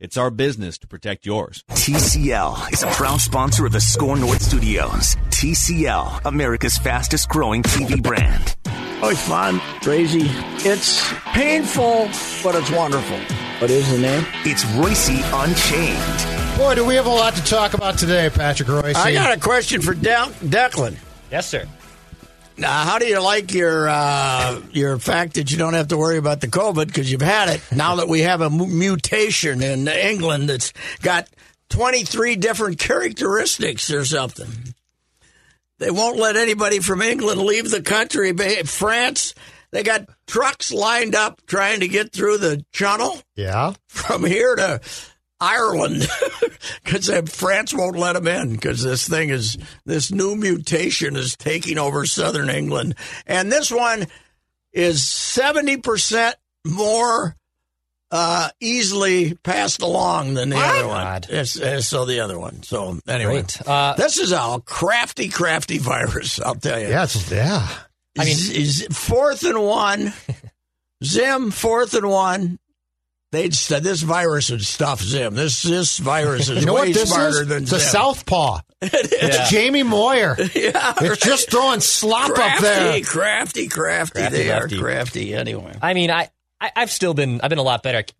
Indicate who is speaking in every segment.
Speaker 1: it's our business to protect yours.
Speaker 2: TCL is a proud sponsor of the Score North Studios. TCL, America's fastest growing TV brand.
Speaker 3: Oh, it's fun, crazy. It's painful, but it's wonderful. What is the name?
Speaker 2: It's Royce Unchained.
Speaker 4: Boy, do we have a lot to talk about today, Patrick Royce.
Speaker 3: I got a question for De- Declan.
Speaker 5: Yes, sir.
Speaker 3: Now, how do you like your uh, your fact that you don't have to worry about the COVID because you've had it? Now that we have a mu- mutation in England that's got twenty three different characteristics or something, they won't let anybody from England leave the country. Ba- France, they got trucks lined up trying to get through the channel
Speaker 4: Yeah.
Speaker 3: from here to Ireland because France won't let them in because this thing is this new mutation is taking over southern England, and this one is seventy percent more uh, easily passed along than the other one.
Speaker 5: God.
Speaker 3: Yes, uh, so the other one. So anyway,
Speaker 5: Great. Uh,
Speaker 3: this is a crafty, crafty virus. I'll tell you.
Speaker 4: Yeah. It's, yeah.
Speaker 5: I mean-
Speaker 3: Z- Z- fourth and one, Zim fourth and one. They'd st- this virus would stuff Zim. This this virus is
Speaker 4: You know
Speaker 3: way
Speaker 4: what this
Speaker 3: smarter
Speaker 4: is?
Speaker 3: than
Speaker 4: the
Speaker 3: Zim.
Speaker 4: Southpaw. It's
Speaker 5: Yeah.
Speaker 4: Jamie Moyer.
Speaker 3: yeah,
Speaker 4: It's just throwing slop
Speaker 3: crafty,
Speaker 4: up there.
Speaker 3: crafty, crafty.
Speaker 5: Crafty,
Speaker 3: They
Speaker 5: crafty.
Speaker 3: are crafty anyway.
Speaker 5: I mean, I, I I've still been I've been a lot better at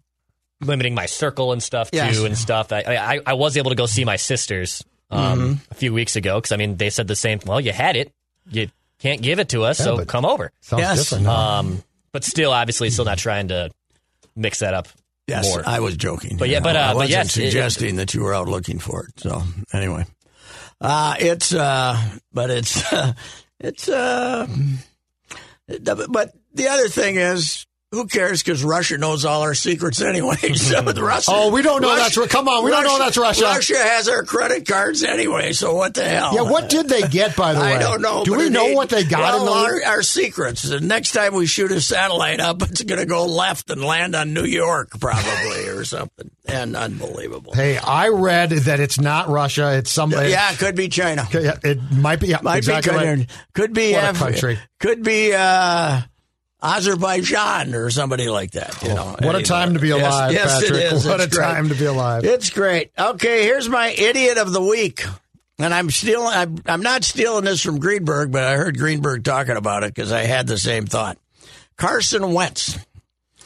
Speaker 5: limiting my circle and stuff
Speaker 3: Yes.
Speaker 5: too and stuff. I, I I was able to go see my sisters um,
Speaker 4: Mm-hmm.
Speaker 5: a few weeks ago because I mean they said the same. Well, you had it, you can't give it to us,
Speaker 4: Yeah,
Speaker 5: so
Speaker 4: but-
Speaker 5: come over.
Speaker 4: Sounds
Speaker 3: Yes.
Speaker 4: different. now.
Speaker 5: Um, but still, obviously, still not trying to mix that up
Speaker 3: Yes,
Speaker 5: more.
Speaker 3: I was joking.
Speaker 5: But yeah, but, uh,
Speaker 3: I
Speaker 5: but
Speaker 3: wasn't
Speaker 5: yes, it-
Speaker 3: suggesting that you were out looking for it. So anyway, uh, it's uh, but it's uh, it's uh, but the other thing is. Who cares? Because Russia knows all our secrets anyway. So the Russia,
Speaker 4: Oh, we don't know that's Ru- come on, we don't know that's Russia.
Speaker 3: Russia has our credit cards anyway. So what the hell?
Speaker 4: yeah. What did they get, by the way?
Speaker 3: I don't know.
Speaker 4: Do
Speaker 3: but
Speaker 4: we
Speaker 3: it
Speaker 4: know
Speaker 3: ain't-
Speaker 4: what they got
Speaker 3: well,
Speaker 4: in the
Speaker 3: our, our secrets. The next time we shoot a satellite up, it's going to go left and land on New York, probably, or something. And unbelievable.
Speaker 4: Hey, I read that it's not Russia. It's somebody.
Speaker 3: Yeah, it could be China.
Speaker 4: Okay, yeah, It might be. Yeah,
Speaker 3: Might
Speaker 4: exactly
Speaker 3: be
Speaker 4: right.
Speaker 3: China. Could be
Speaker 4: What a
Speaker 3: Af-
Speaker 4: country.
Speaker 3: Could be uh, Azerbaijan or somebody like that. You know.
Speaker 4: Oh, What a
Speaker 3: Anyway.
Speaker 4: time to be
Speaker 3: Yes,
Speaker 4: alive,
Speaker 3: yes, it
Speaker 4: Patrick.
Speaker 3: is.
Speaker 4: What
Speaker 3: It's
Speaker 4: a
Speaker 3: great.
Speaker 4: time to be alive.
Speaker 3: It's great. Okay, here's my idiot of the week. And I'm stealing I'm, I'm not stealing this from Greenberg, but I heard Greenberg talking about it because I had the same thought. Carson Wentz.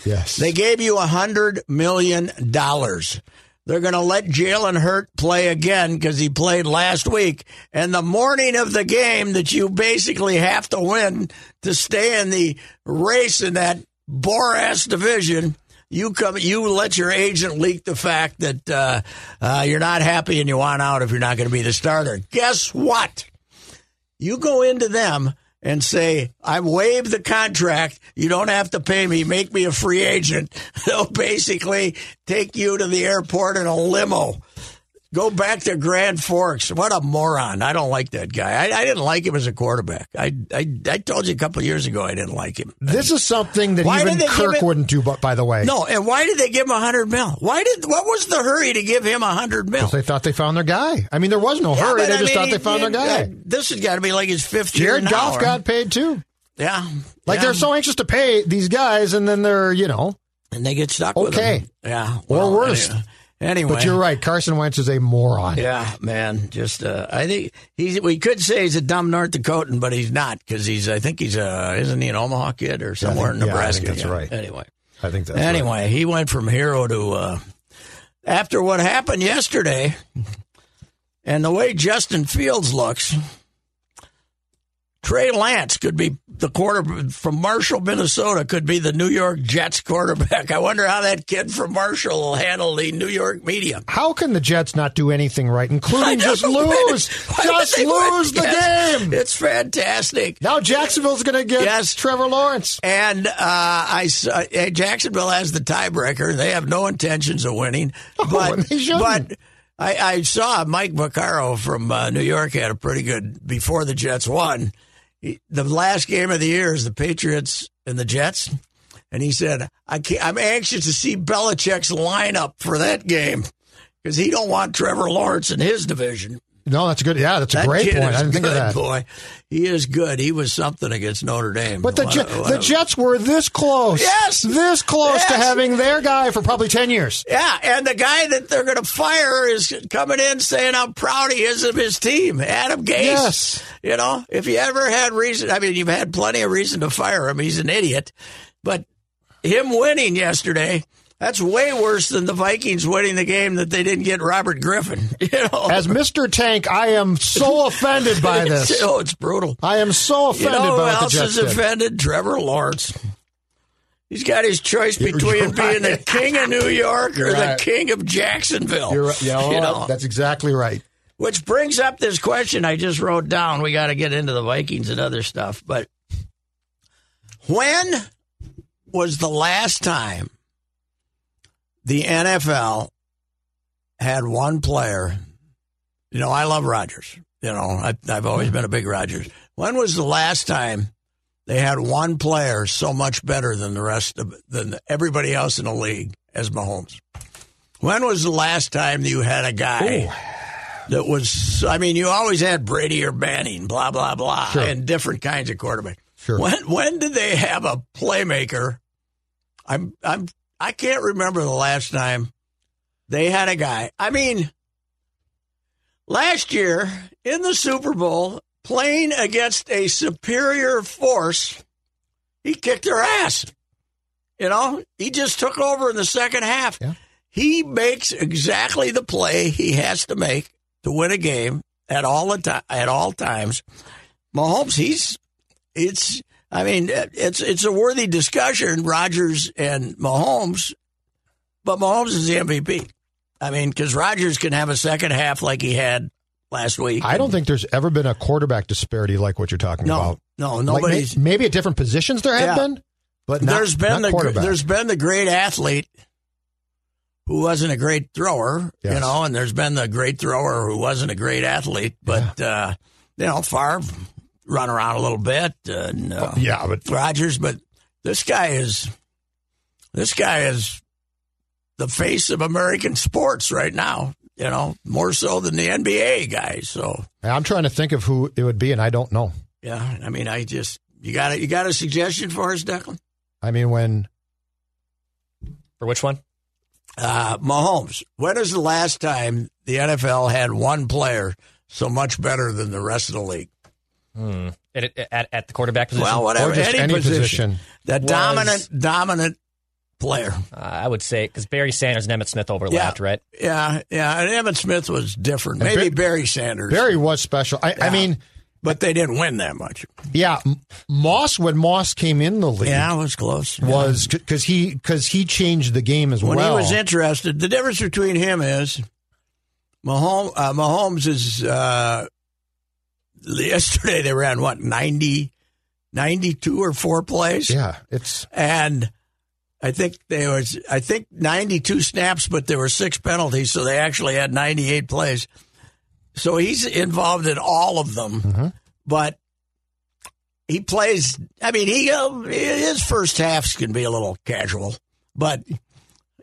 Speaker 4: yes.
Speaker 3: They gave you a hundred million dollars. They're going to let Jalen Hurt play again because he played last week. And the morning of the game that you basically have to win to stay in the race in that bore ass division, you come, you let your agent leak the fact that uh, uh, you're not happy and you want out if you're not going to be the starter. Guess what? You go into them and say, I waive the contract. You don't have to pay me. Make me a free agent. They'll basically take you to the airport in a limo. Go back to Grand Forks. What a moron. I don't like that guy. I, I didn't like him as a quarterback. I, I, I told you a couple of years ago I didn't like him.
Speaker 4: This is something that
Speaker 3: Why
Speaker 4: even
Speaker 3: did they give
Speaker 4: Kirk
Speaker 3: it-
Speaker 4: wouldn't do. But by the way,
Speaker 3: No, and why did they give him a hundred mil? Why did what was the hurry to give him a hundred mil?
Speaker 4: they thought they found their guy. I mean, there was no
Speaker 3: Yeah,
Speaker 4: hurry.
Speaker 3: but
Speaker 4: They
Speaker 3: I
Speaker 4: just
Speaker 3: mean,
Speaker 4: thought
Speaker 3: he-
Speaker 4: they found their
Speaker 3: he-
Speaker 4: guy.
Speaker 3: uh, This has got to be like his fifth year.
Speaker 4: Jared
Speaker 3: now,
Speaker 4: Goff
Speaker 3: or-
Speaker 4: got paid too.
Speaker 3: Yeah.
Speaker 4: Like
Speaker 3: yeah.
Speaker 4: they're so anxious to pay these guys, and then they're you know.
Speaker 3: and they get stuck with
Speaker 4: Okay.
Speaker 3: them. Yeah.
Speaker 4: Or worse.
Speaker 3: any- Anyway.
Speaker 4: But you're right. Carson Wentz is a moron.
Speaker 3: Yeah, man. Just uh, I think he's. We could say he's a dumb North Dakotan, but he's not because he's. I think he's a. Isn't he an Omaha kid or somewhere
Speaker 4: think-
Speaker 3: in
Speaker 4: yeah, I
Speaker 3: Nebraska?
Speaker 4: think that's right.
Speaker 3: Anyway.
Speaker 4: I think that's right.
Speaker 3: anyway, he went from hero to uh, after what happened yesterday, and the way Justin Fields looks. Trey Lance could be the quarter from Marshall, Minnesota, could be the New York Jets quarterback. I wonder how that kid from Marshall will handle the New York media.
Speaker 4: How can the Jets not do anything right,
Speaker 3: I
Speaker 4: including
Speaker 3: know,
Speaker 4: just
Speaker 3: man.
Speaker 4: lose?
Speaker 3: Why would
Speaker 4: Just
Speaker 3: they win?
Speaker 4: lose the
Speaker 3: Yes.
Speaker 4: game.
Speaker 3: It's fantastic.
Speaker 4: Now Jacksonville's going to get
Speaker 3: Yes.
Speaker 4: Trevor Lawrence.
Speaker 3: And uh, I, s- uh, Jacksonville has the tiebreaker. They have no intentions of winning.
Speaker 4: and
Speaker 3: But,
Speaker 4: Oh, they shouldn't.
Speaker 3: but I, I saw Mike Vaccaro from uh, New York had a pretty good before the Jets won. He- The last game of the year is the Patriots and the Jets. And he said, I can't, I'm anxious to see Belichick's lineup for that game because he don't want Trevor Lawrence in his division.
Speaker 4: No, that's good. Yeah, that's a
Speaker 3: That
Speaker 4: great
Speaker 3: kid
Speaker 4: point.
Speaker 3: is
Speaker 4: I didn't think of
Speaker 3: good,
Speaker 4: that.
Speaker 3: Boy, he is good. He was something against Notre Dame.
Speaker 4: But the
Speaker 3: What a-
Speaker 4: Jet,
Speaker 3: what
Speaker 4: the
Speaker 3: a-
Speaker 4: Jets were this close,
Speaker 3: Yes.
Speaker 4: this close to
Speaker 3: Yes.
Speaker 4: having their guy for probably ten years.
Speaker 3: Yeah, and the guy that they're going to fire is coming in saying how proud he is of his team, Adam Gase.
Speaker 4: Yes.
Speaker 3: You know, if you ever had reason, I mean, you've had plenty of reason to fire him. He's an idiot. But him winning yesterday, that's way worse than the Vikings winning the game that they didn't get Robert Griffin. You know,
Speaker 4: As Mr. Tank, I am so offended by this.
Speaker 3: oh, it's brutal.
Speaker 4: I am so
Speaker 3: You
Speaker 4: offended
Speaker 3: know who
Speaker 4: by what the
Speaker 3: else
Speaker 4: Jets
Speaker 3: is
Speaker 4: did.
Speaker 3: offended? Trevor Lawrence. He's got his choice
Speaker 4: You're-
Speaker 3: between
Speaker 4: you're
Speaker 3: being the
Speaker 4: right.
Speaker 3: king of New York or
Speaker 4: You're right.
Speaker 3: the king of Jacksonville.
Speaker 4: You're right. Yeah,
Speaker 3: You
Speaker 4: well,
Speaker 3: know?
Speaker 4: that's exactly right.
Speaker 3: Which brings up this question I just wrote down. We got to get into the Vikings and other stuff. But when was the last time the NFL had one player? You know, I love Rodgers. You know, I, I've always been a big Rodgers. When was the last time they had one player so much better than the rest of than everybody else in the league as Mahomes? When was the last time you had a guy? that was I mean, you always had Brady or Manning, blah blah blah,
Speaker 4: Sure.
Speaker 3: and different kinds of quarterback.
Speaker 4: Sure.
Speaker 3: When when did they have a playmaker? I'm I'm I can't remember the last time they had a guy. I mean, last year in the Super Bowl, playing against a superior force, he kicked their ass. You know, he just took over in the second half.
Speaker 4: Yeah.
Speaker 3: He makes exactly the play he has to make to win a game at all the ti- at all times. Mahomes, he's it's I mean it's it's a worthy discussion. Rodgers and Mahomes, but Mahomes is the MVP. I mean, because Rodgers can have a second half like he had last week.
Speaker 4: I don't think there's ever been a quarterback disparity like what you're talking
Speaker 3: no
Speaker 4: about.
Speaker 3: no
Speaker 4: Like, may-
Speaker 3: nobody's
Speaker 4: maybe at different positions there
Speaker 3: Yeah.
Speaker 4: have been, but not,
Speaker 3: there's been
Speaker 4: not
Speaker 3: the gr-
Speaker 4: quarterback.
Speaker 3: there's been the great athlete who wasn't a great thrower, you
Speaker 4: Yes.
Speaker 3: know, and there's been the great thrower who wasn't a great athlete, but uh, you know, Favre run around a little bit and uh,
Speaker 4: yeah, but
Speaker 3: Rodgers, but this guy is this guy is the face of American sports right now, you know, more so than the NBA guys. So
Speaker 4: I'm trying to think of who it would be, and I don't know.
Speaker 3: yeah, I mean, I just you got it. You got a suggestion for us, Declan?
Speaker 4: I mean, when
Speaker 5: For which one?
Speaker 3: Uh, Mahomes, when is the last time the NFL had one player so much better than the rest of the league?
Speaker 5: Hmm. At, at, at the quarterback position?
Speaker 3: Well,
Speaker 4: or
Speaker 3: whatever,
Speaker 4: just
Speaker 3: any,
Speaker 4: any,
Speaker 3: position.
Speaker 4: position.
Speaker 3: That
Speaker 5: Was-
Speaker 3: dominant, dominant player.
Speaker 5: Uh, I would say because Barry Sanders and Emmett Smith overlapped,
Speaker 3: Yeah.
Speaker 5: right?
Speaker 3: Yeah, yeah. And Emmett Smith was different.
Speaker 4: And
Speaker 3: Maybe
Speaker 4: Bar-
Speaker 3: Barry Sanders.
Speaker 4: Barry was special. I, I
Speaker 3: Yeah.
Speaker 4: mean,
Speaker 3: but they didn't win that much.
Speaker 4: yeah, M- Moss when Moss came in the league
Speaker 3: Yeah, it was close.
Speaker 4: was because he because he changed the game as
Speaker 3: when
Speaker 4: well.
Speaker 3: he was interested. The difference between him is Mahomes. Uh, Mahomes is uh, yesterday they ran what 90, 92 or four plays.
Speaker 4: yeah, it's
Speaker 3: and I think there was I think 92 snaps, but there were six penalties, so they actually had 98 plays. So he's involved in all of them,
Speaker 4: Mm-hmm.
Speaker 3: but he plays. I mean, he uh, his first halves can be a little casual, but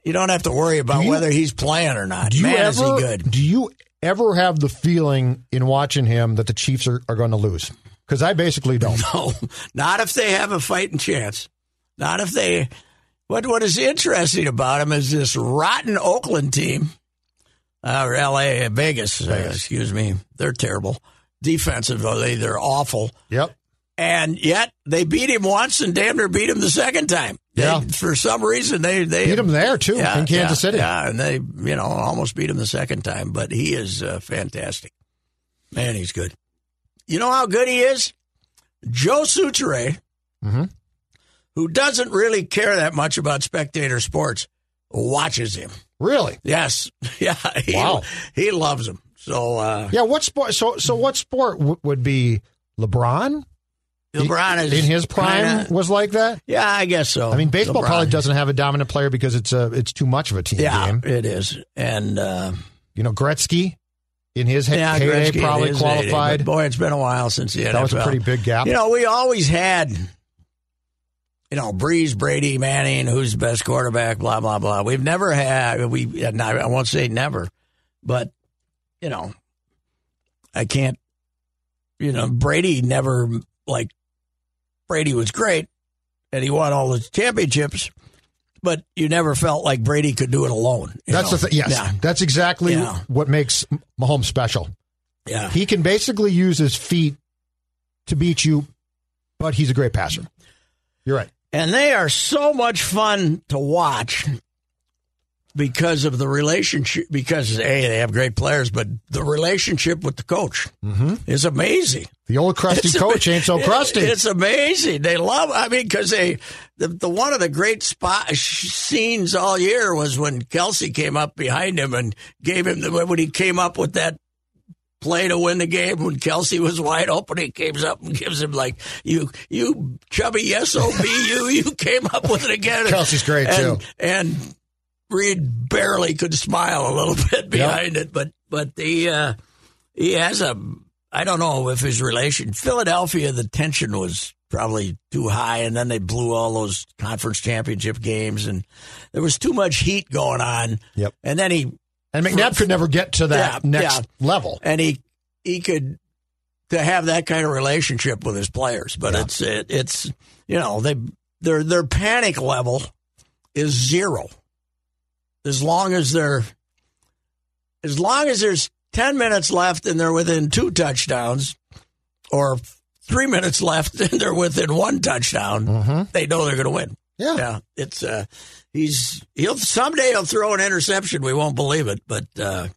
Speaker 3: you don't have to worry about
Speaker 4: Do you-
Speaker 3: whether he's playing or not.
Speaker 4: do you
Speaker 3: Man,
Speaker 4: ever
Speaker 3: is he good?
Speaker 4: do you ever have the feeling in watching him that the Chiefs are, are going to lose? Because I basically don't.
Speaker 3: No, not if they have a fighting chance. Not if they. What What is interesting about them is this rotten Oakland team, uh, or L.A. Vegas. Uh, excuse me, they're terrible defensively. They're awful,
Speaker 4: Yep.
Speaker 3: and yet they beat him once and damn near beat him the second time. They-
Speaker 4: Yeah.
Speaker 3: for some reason they they
Speaker 4: Beat them there, too,
Speaker 3: Yeah,
Speaker 4: in Kansas
Speaker 3: yeah,
Speaker 4: City.
Speaker 3: Yeah, and they you know almost beat him the second time, but he is uh, fantastic. Man, he's good. You know how good he is? Joe Sutere,
Speaker 4: Mhm.
Speaker 3: who doesn't really care that much about spectator sports, watches him.
Speaker 4: Really?
Speaker 3: Yes. Yeah. He,
Speaker 4: Wow.
Speaker 3: He loves him. So uh,
Speaker 4: Yeah. What sport? So, so what sport w- would be LeBron
Speaker 3: LeBron is
Speaker 4: in his prime
Speaker 3: kinda-
Speaker 4: was like that?
Speaker 3: yeah, I guess so.
Speaker 4: I mean, baseball
Speaker 3: LeBron.
Speaker 4: probably doesn't have a dominant player because it's a, it's too much of a team
Speaker 3: Yeah,
Speaker 4: game.
Speaker 3: it is. And uh,
Speaker 4: You know, Gretzky in his he-
Speaker 3: yeah,
Speaker 4: heyday
Speaker 3: Gretzky
Speaker 4: probably
Speaker 3: is 80, but
Speaker 4: qualified.
Speaker 3: boy, it's been a while since the
Speaker 4: That was a
Speaker 3: NFL.
Speaker 4: pretty big gap.
Speaker 3: You know, we always had, you know, Breeze, Brady, Manning, who's the best quarterback, blah blah blah. We've never had we. and I I won't say never, but you know, I can't. You know, Brady never like Brady was great, and he won all the championships. But you never felt like Brady could do it alone. you
Speaker 4: that's
Speaker 3: know?
Speaker 4: the thing. Yes,
Speaker 3: Yeah.
Speaker 4: that's exactly
Speaker 3: Yeah.
Speaker 4: what makes M- Mahomes special.
Speaker 3: Yeah.
Speaker 4: He can basically use his feet to beat you, but he's a great passer. You're right.
Speaker 3: And they are so much fun to watch because of the relationship. Because hey, they have great players, but the relationship with the coach is amazing.
Speaker 4: The old crusty
Speaker 3: It's
Speaker 4: coach
Speaker 3: ama-
Speaker 4: ain't so Oh, crusty.
Speaker 3: It's amazing. They love. I mean, because they the, the one of the great spot sh- scenes all year was when Kelsey came up behind him and gave him the when he came up with that play to win the game when Kelsey was wide open. He comes up and gives him like you you chubby sob you you came up with it again.
Speaker 4: Kelsey's great,
Speaker 3: and,
Speaker 4: too.
Speaker 3: And Reed barely could smile a little bit behind it, but but the. Uh, he has a I don't know if his relation Philadelphia the tension was probably too high and then they blew all those conference championship games and there was too much heat going on.
Speaker 4: Yep.
Speaker 3: And then he
Speaker 4: and McNabb could never get to that
Speaker 3: Yeah,
Speaker 4: next
Speaker 3: yeah.
Speaker 4: level.
Speaker 3: and he he could to have that kind of relationship with his players, but it's it, it's you know, they their their panic level is zero. As long as they're as long as there's 10 minutes left and they're within two touchdowns or 3 minutes left and they're within one touchdown, they know they're going to win.
Speaker 4: Yeah.
Speaker 3: Yeah, it's uh he's he'll someday he'll throw an interception, we won't believe it, but uh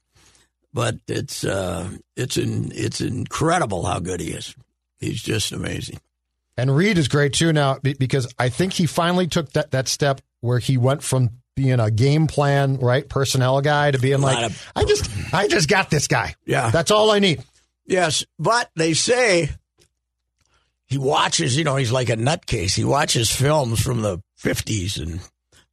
Speaker 3: but it's uh, it's in, it's incredible how good he is. He's just amazing.
Speaker 4: And Reed is great too now be- because I think he finally took that, that step where he went from being a game plan, right, personnel guy to being
Speaker 3: Lot
Speaker 4: like,
Speaker 3: of-
Speaker 4: I just, I just got this guy.
Speaker 3: Yeah.
Speaker 4: That's all I need.
Speaker 3: Yes, but they say he watches. You know, he's like a nutcase. He watches films from the fifties and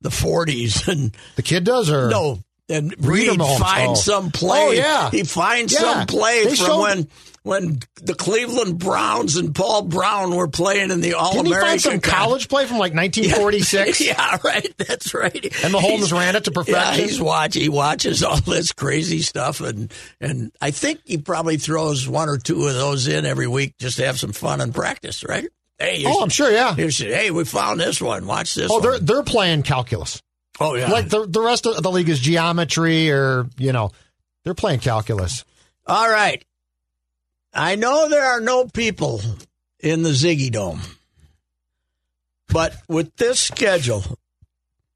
Speaker 3: the forties, and
Speaker 4: The kid does, or
Speaker 3: no, and
Speaker 4: Read
Speaker 3: Reed
Speaker 4: 'em all.
Speaker 3: finds
Speaker 4: Oh.
Speaker 3: some play.
Speaker 4: Oh, yeah.
Speaker 3: he finds
Speaker 4: Yeah.
Speaker 3: some play
Speaker 4: They
Speaker 3: from
Speaker 4: showed-
Speaker 3: when when the Cleveland Browns and Paul Brown were playing in the All
Speaker 4: Didn't he find some
Speaker 3: American
Speaker 4: college play from like 1946?
Speaker 3: yeah, right. That's right.
Speaker 4: And Mahomes
Speaker 3: He's-
Speaker 4: ran it to
Speaker 3: Yeah,
Speaker 4: perfection.
Speaker 3: he's watch. He watches all this crazy stuff, and and I think he probably throws one or two of those in every week just to have some fun and practice. Right? Hey, here's-
Speaker 4: Oh, I'm sure. Yeah.
Speaker 3: here's- hey, we found this one. Watch this.
Speaker 4: Oh,
Speaker 3: Oh,
Speaker 4: they're they're playing calculus.
Speaker 3: oh yeah.
Speaker 4: Like the the rest of the league is geometry, or you know, they're playing calculus.
Speaker 3: all right. I know there are no people in the Ziggy Dome, but with this schedule,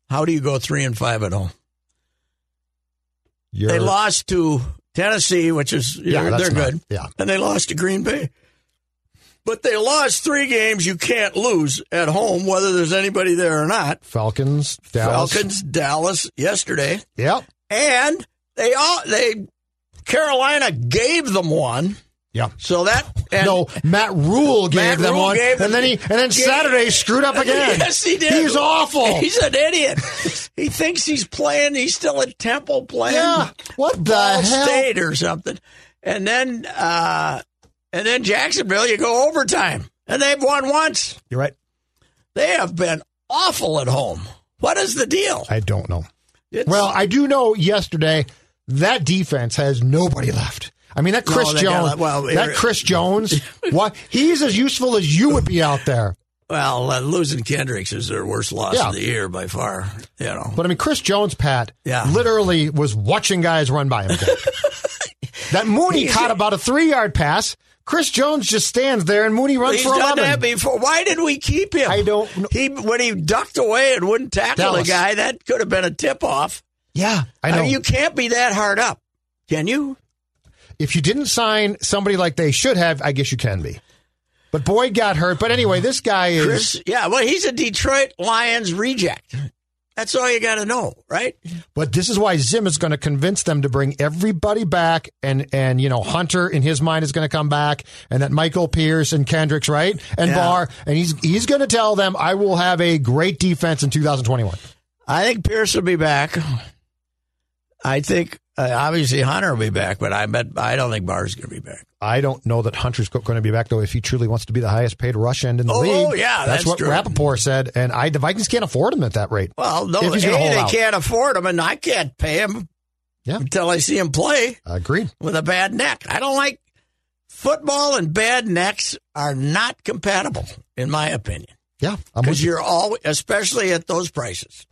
Speaker 3: how do you go three and five at home?
Speaker 4: You're,
Speaker 3: They lost to Tennessee, which is
Speaker 4: Yeah,
Speaker 3: they're
Speaker 4: that's not-
Speaker 3: good.
Speaker 4: yeah.
Speaker 3: and they lost to Green Bay. But they lost three games you can't lose at home, whether there's anybody there or not.
Speaker 4: Falcons, Dallas.
Speaker 3: Falcons, Dallas yesterday,
Speaker 4: Yep.
Speaker 3: and they all they Carolina gave them one.
Speaker 4: Yeah.
Speaker 3: So that and
Speaker 4: no, Matt Rule gave
Speaker 3: Matt
Speaker 4: them
Speaker 3: Rhule
Speaker 4: one,
Speaker 3: gave
Speaker 4: and then he and then
Speaker 3: gave-
Speaker 4: Saturday screwed up again.
Speaker 3: Yes, he did.
Speaker 4: He's awful.
Speaker 3: He's an idiot. he thinks he's playing. He's still at Temple playing.
Speaker 4: yeah. What the
Speaker 3: Ball
Speaker 4: hell?
Speaker 3: State or something. And then uh, and then Jacksonville, you go overtime, and they've won once.
Speaker 4: You're right.
Speaker 3: They have been awful at home. What is the deal?
Speaker 4: I don't know.
Speaker 3: It's-
Speaker 4: Well, I do know yesterday that defense has nobody left. I mean that
Speaker 3: No,
Speaker 4: Chris
Speaker 3: they
Speaker 4: Jones,
Speaker 3: gotta- well,
Speaker 4: that
Speaker 3: here-
Speaker 4: Chris Jones, what he's as useful as you would be out there.
Speaker 3: Well, uh, losing Kendricks is their worst loss
Speaker 4: Yeah.
Speaker 3: of the year by far. You know,
Speaker 4: But I mean, Chris Jones, Pat,
Speaker 3: Yeah.
Speaker 4: literally was watching guys run by him. that Mooney caught about a three-yard pass. Chris Jones just stands there, and Mooney runs
Speaker 3: he's
Speaker 4: for
Speaker 3: done
Speaker 4: eleven.
Speaker 3: that before. Why did we keep him?
Speaker 4: I don't kn-
Speaker 3: He when he ducked away and wouldn't tackle
Speaker 4: Dallas.
Speaker 3: the guy, that could have been a tip off.
Speaker 4: yeah, I know.
Speaker 3: you can't be that hard up, can you?
Speaker 4: if you didn't sign somebody like they should have, I guess you can be. But Boyd got hurt. But anyway, this guy is.
Speaker 3: Chris, yeah, well, he's a Detroit Lions reject. That's all you got to know, right?
Speaker 4: But this is why Zim is going to convince them to bring everybody back, and and you know Hunter in his mind is going to come back, and that Michael Pierce and Kendricks right and
Speaker 3: Yeah.
Speaker 4: Barr, and he's he's going to tell them I will have a great defense in 2021.
Speaker 3: I think Pierce will be back. I think uh, obviously Hunter will be back, but I bet I don't think Barr's going to be back.
Speaker 4: I don't know that Hunter's going to be back though if he truly wants to be the highest paid rush end in the
Speaker 3: Oh,
Speaker 4: league.
Speaker 3: oh, yeah,
Speaker 4: that's,
Speaker 3: that's
Speaker 4: what
Speaker 3: true.
Speaker 4: Rappaport said, and I the Vikings can't afford him at that rate.
Speaker 3: Well, no,
Speaker 4: If
Speaker 3: A,
Speaker 4: he's gonna hold
Speaker 3: they
Speaker 4: out.
Speaker 3: can't afford him, and I can't pay him
Speaker 4: Yeah.
Speaker 3: until I see him play
Speaker 4: Agreed.
Speaker 3: with a bad neck. I don't like football and bad necks are not compatible, in my opinion.
Speaker 4: Yeah, I'm with
Speaker 3: because
Speaker 4: you.
Speaker 3: you're all, especially at those prices.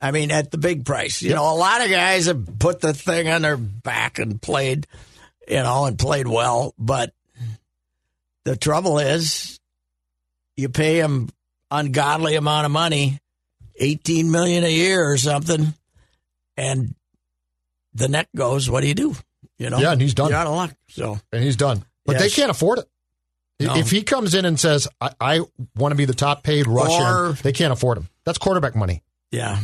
Speaker 3: I mean, at the big price. You know, a lot of guys have put the thing on their back and played, you know, and played well. But the trouble is, you pay them ungodly amount of money, eighteen million a year or something, and the neck goes. What do you do? You know,
Speaker 4: Yeah, and he's done.
Speaker 3: You're out of luck. So
Speaker 4: and he's done. But they
Speaker 3: Yes.
Speaker 4: can't afford it. I-
Speaker 3: No.
Speaker 4: If he comes in and says, I, I want to be the top paid Russian,
Speaker 3: Or-
Speaker 4: they can't afford him. That's quarterback money.
Speaker 3: yeah,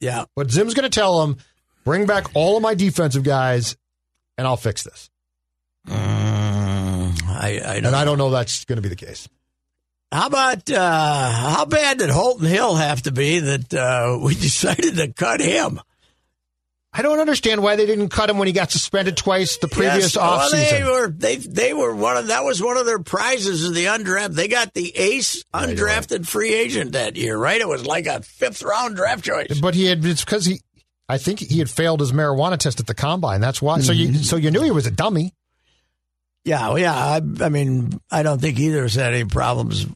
Speaker 3: yeah.
Speaker 4: But Zim's going to tell him, bring back all of my defensive guys and I'll fix this.
Speaker 3: Mm, I, I don't
Speaker 4: And I don't know that's going to be the case.
Speaker 3: How about uh, how bad did Holton Hill have to be that uh, we decided to cut him?
Speaker 4: I don't understand why they didn't cut him when he got suspended twice the
Speaker 3: Yes,
Speaker 4: previous
Speaker 3: well,
Speaker 4: offseason.
Speaker 3: they were they they were one of that was one of their prizes of the undraft. They got the ace
Speaker 4: Right,
Speaker 3: undrafted free agent that year, right? It was like a fifth round draft choice.
Speaker 4: But he had, it's because he, I think he had failed his marijuana test at the combine. That's why. So
Speaker 3: Mm-hmm.
Speaker 4: you, so you knew he was a dummy.
Speaker 3: Yeah, well, yeah. I, I mean, I don't think either of us had any problems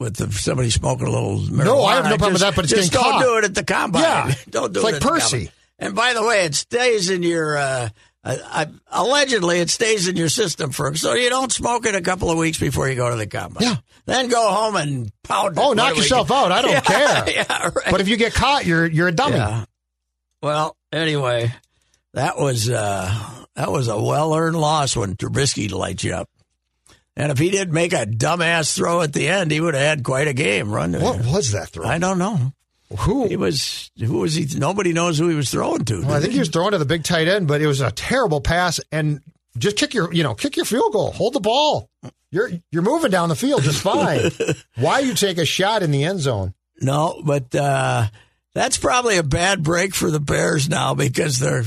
Speaker 3: with the, somebody smoking a little marijuana.
Speaker 4: No, I have no
Speaker 3: just-
Speaker 4: problem with that, but it's
Speaker 3: just
Speaker 4: getting
Speaker 3: don't
Speaker 4: caught.
Speaker 3: do it at the combine.
Speaker 4: Yeah.
Speaker 3: don't do
Speaker 4: It's
Speaker 3: it
Speaker 4: like
Speaker 3: at the
Speaker 4: Percy.
Speaker 3: combine. And by the way, it stays in your. Uh, I, I, allegedly, it stays in your system for so you don't smoke it a couple of weeks before you go to the combine.
Speaker 4: Yeah.
Speaker 3: Then go home and pound. it.
Speaker 4: Oh,
Speaker 3: What
Speaker 4: knock
Speaker 3: do we
Speaker 4: yourself
Speaker 3: get?
Speaker 4: out. I don't
Speaker 3: Yeah,
Speaker 4: care.
Speaker 3: Yeah, right.
Speaker 4: But if you get caught, you're, you're a dummy.
Speaker 3: Yeah. Well, anyway, that was uh, that was a well earned loss when Trubisky lights you up. And if he didn't make a dumbass throw at the end, he would have had quite a game. Run. to
Speaker 4: What
Speaker 3: him.
Speaker 4: was that throw?
Speaker 3: I don't know.
Speaker 4: Who?
Speaker 3: He was who was he? Nobody knows who he was throwing to.
Speaker 4: Well, I think he was throwing to the big tight end, but it was a terrible pass. And just kick your, you know, kick your field goal, hold the ball. You're you're moving down the field just fine. Why you take a shot in the end zone?
Speaker 3: No, but uh, that's probably a bad break for the Bears now because they're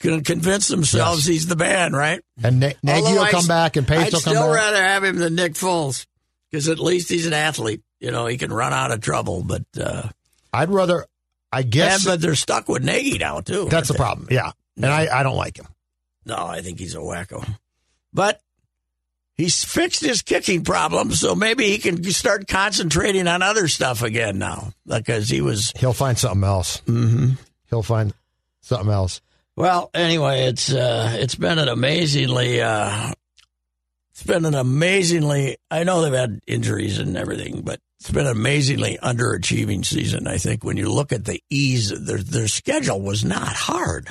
Speaker 3: going to convince themselves he's the man, right?
Speaker 4: And Na- Nagy
Speaker 3: Although
Speaker 4: will
Speaker 3: I
Speaker 4: come
Speaker 3: s-
Speaker 4: back, and Pace
Speaker 3: I'd
Speaker 4: will come
Speaker 3: still
Speaker 4: back.
Speaker 3: rather have him than Nick Foles because at least he's an athlete. You know, he can run out of trouble. But uh,
Speaker 4: I'd rather, I
Speaker 3: yeah,
Speaker 4: guess
Speaker 3: but they're stuck with Nagy now too.
Speaker 4: that's the
Speaker 3: aren't
Speaker 4: problem. Yeah, and I, I don't like him.
Speaker 3: they? No, I think he's a wacko. But he's fixed his kicking problem, so maybe he can start concentrating on other stuff again now because he was.
Speaker 4: He'll find something else.
Speaker 3: hmm
Speaker 4: He'll find something else.
Speaker 3: Well, anyway, it's uh, it's been an amazingly uh, it's been an amazingly. I know they've had injuries and everything, but it's been an amazingly underachieving season. I think when you look at the ease, their their schedule was not hard.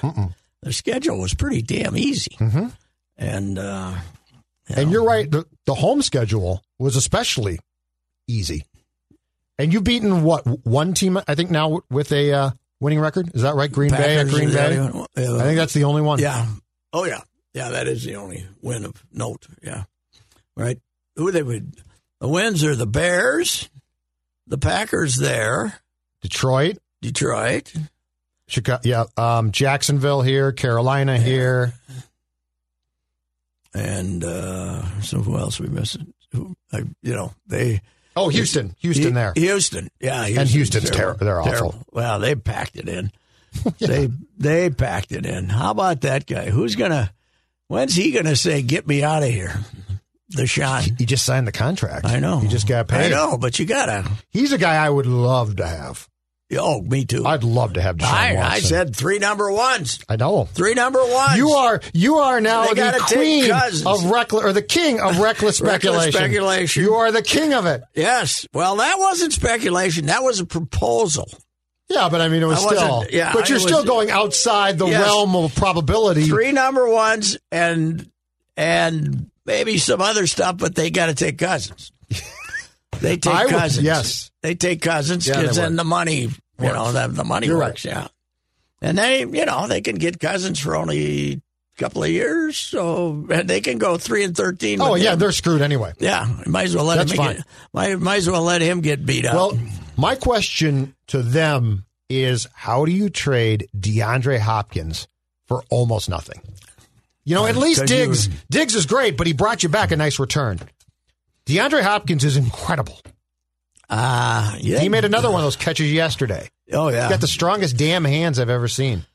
Speaker 3: Their schedule was pretty damn easy,
Speaker 4: Mhm.
Speaker 3: and uh, you
Speaker 4: And
Speaker 3: know,
Speaker 4: you're right. The, the home schedule was especially easy. And you've beaten what one team? I think now with a uh, winning record. Is that right? Green Bay at
Speaker 3: Packers uh,
Speaker 4: Green
Speaker 3: is the
Speaker 4: Bay.
Speaker 3: only one-
Speaker 4: I think that's the only one.
Speaker 3: yeah. Oh yeah, yeah. That is the only win of note. Yeah, right. Who they would? The wins are the Bears, the Packers. There,
Speaker 4: Detroit,
Speaker 3: Detroit.
Speaker 4: Chicago, yeah, um, Jacksonville here, Carolina here.
Speaker 3: and uh, so who else we missing? Who I, you know they
Speaker 4: Oh, Houston, Houston there.
Speaker 3: Hu- Houston, yeah, Houston,
Speaker 4: Houston's terri- they're awful.
Speaker 3: Well, they packed it in. They they packed it in. How about that guy? Who's gonna When's he going to say, get me out of here? Deshaun.
Speaker 4: He just signed the contract.
Speaker 3: I know.
Speaker 4: He just got paid.
Speaker 3: I know, but you got to.
Speaker 4: He's a guy I would love to have.
Speaker 3: Oh, me too.
Speaker 4: I'd love to have Deshaun
Speaker 3: I, I
Speaker 4: Watson.
Speaker 3: said three number ones.
Speaker 4: I know.
Speaker 3: Three number ones.
Speaker 4: You are you are now
Speaker 3: They
Speaker 4: the
Speaker 3: gotta take
Speaker 4: queen
Speaker 3: Cousins.
Speaker 4: of reckless or the king of reckless speculation.
Speaker 3: Reckless speculation.
Speaker 4: You are the king of it.
Speaker 3: Yes. Well, that wasn't speculation. That was a proposal.
Speaker 4: Yeah, but I mean it was
Speaker 3: I wasn't-
Speaker 4: still.
Speaker 3: yeah,
Speaker 4: but you're
Speaker 3: I
Speaker 4: still
Speaker 3: was-
Speaker 4: going outside the
Speaker 3: Yes.
Speaker 4: realm of probability.
Speaker 3: Three number ones and and maybe some other stuff, but they got to take cousins. They take
Speaker 4: I would-
Speaker 3: cousins.
Speaker 4: yes.
Speaker 3: They take cousins
Speaker 4: Yeah, they
Speaker 3: because then
Speaker 4: would.
Speaker 3: the money, you know, the, the money
Speaker 4: You're
Speaker 3: works.
Speaker 4: right.
Speaker 3: Yeah. And they, you know, they can get cousins for only a couple of years. So and they can go three and 13.
Speaker 4: Oh
Speaker 3: with
Speaker 4: yeah,
Speaker 3: him.
Speaker 4: they're screwed anyway.
Speaker 3: Yeah, might as well let
Speaker 4: That's
Speaker 3: him
Speaker 4: fine.
Speaker 3: Get, might, might as well let him get beat up.
Speaker 4: Well, my question to them is how do you trade DeAndre Hopkins for almost nothing? You know, at least
Speaker 3: could you-
Speaker 4: Diggs Diggs is great, but he brought you back a nice return. DeAndre Hopkins is incredible.
Speaker 3: ah, yeah,
Speaker 4: He made another one of those catches yesterday.
Speaker 3: Oh
Speaker 4: He's
Speaker 3: yeah,
Speaker 4: got the strongest damn hands I've ever seen.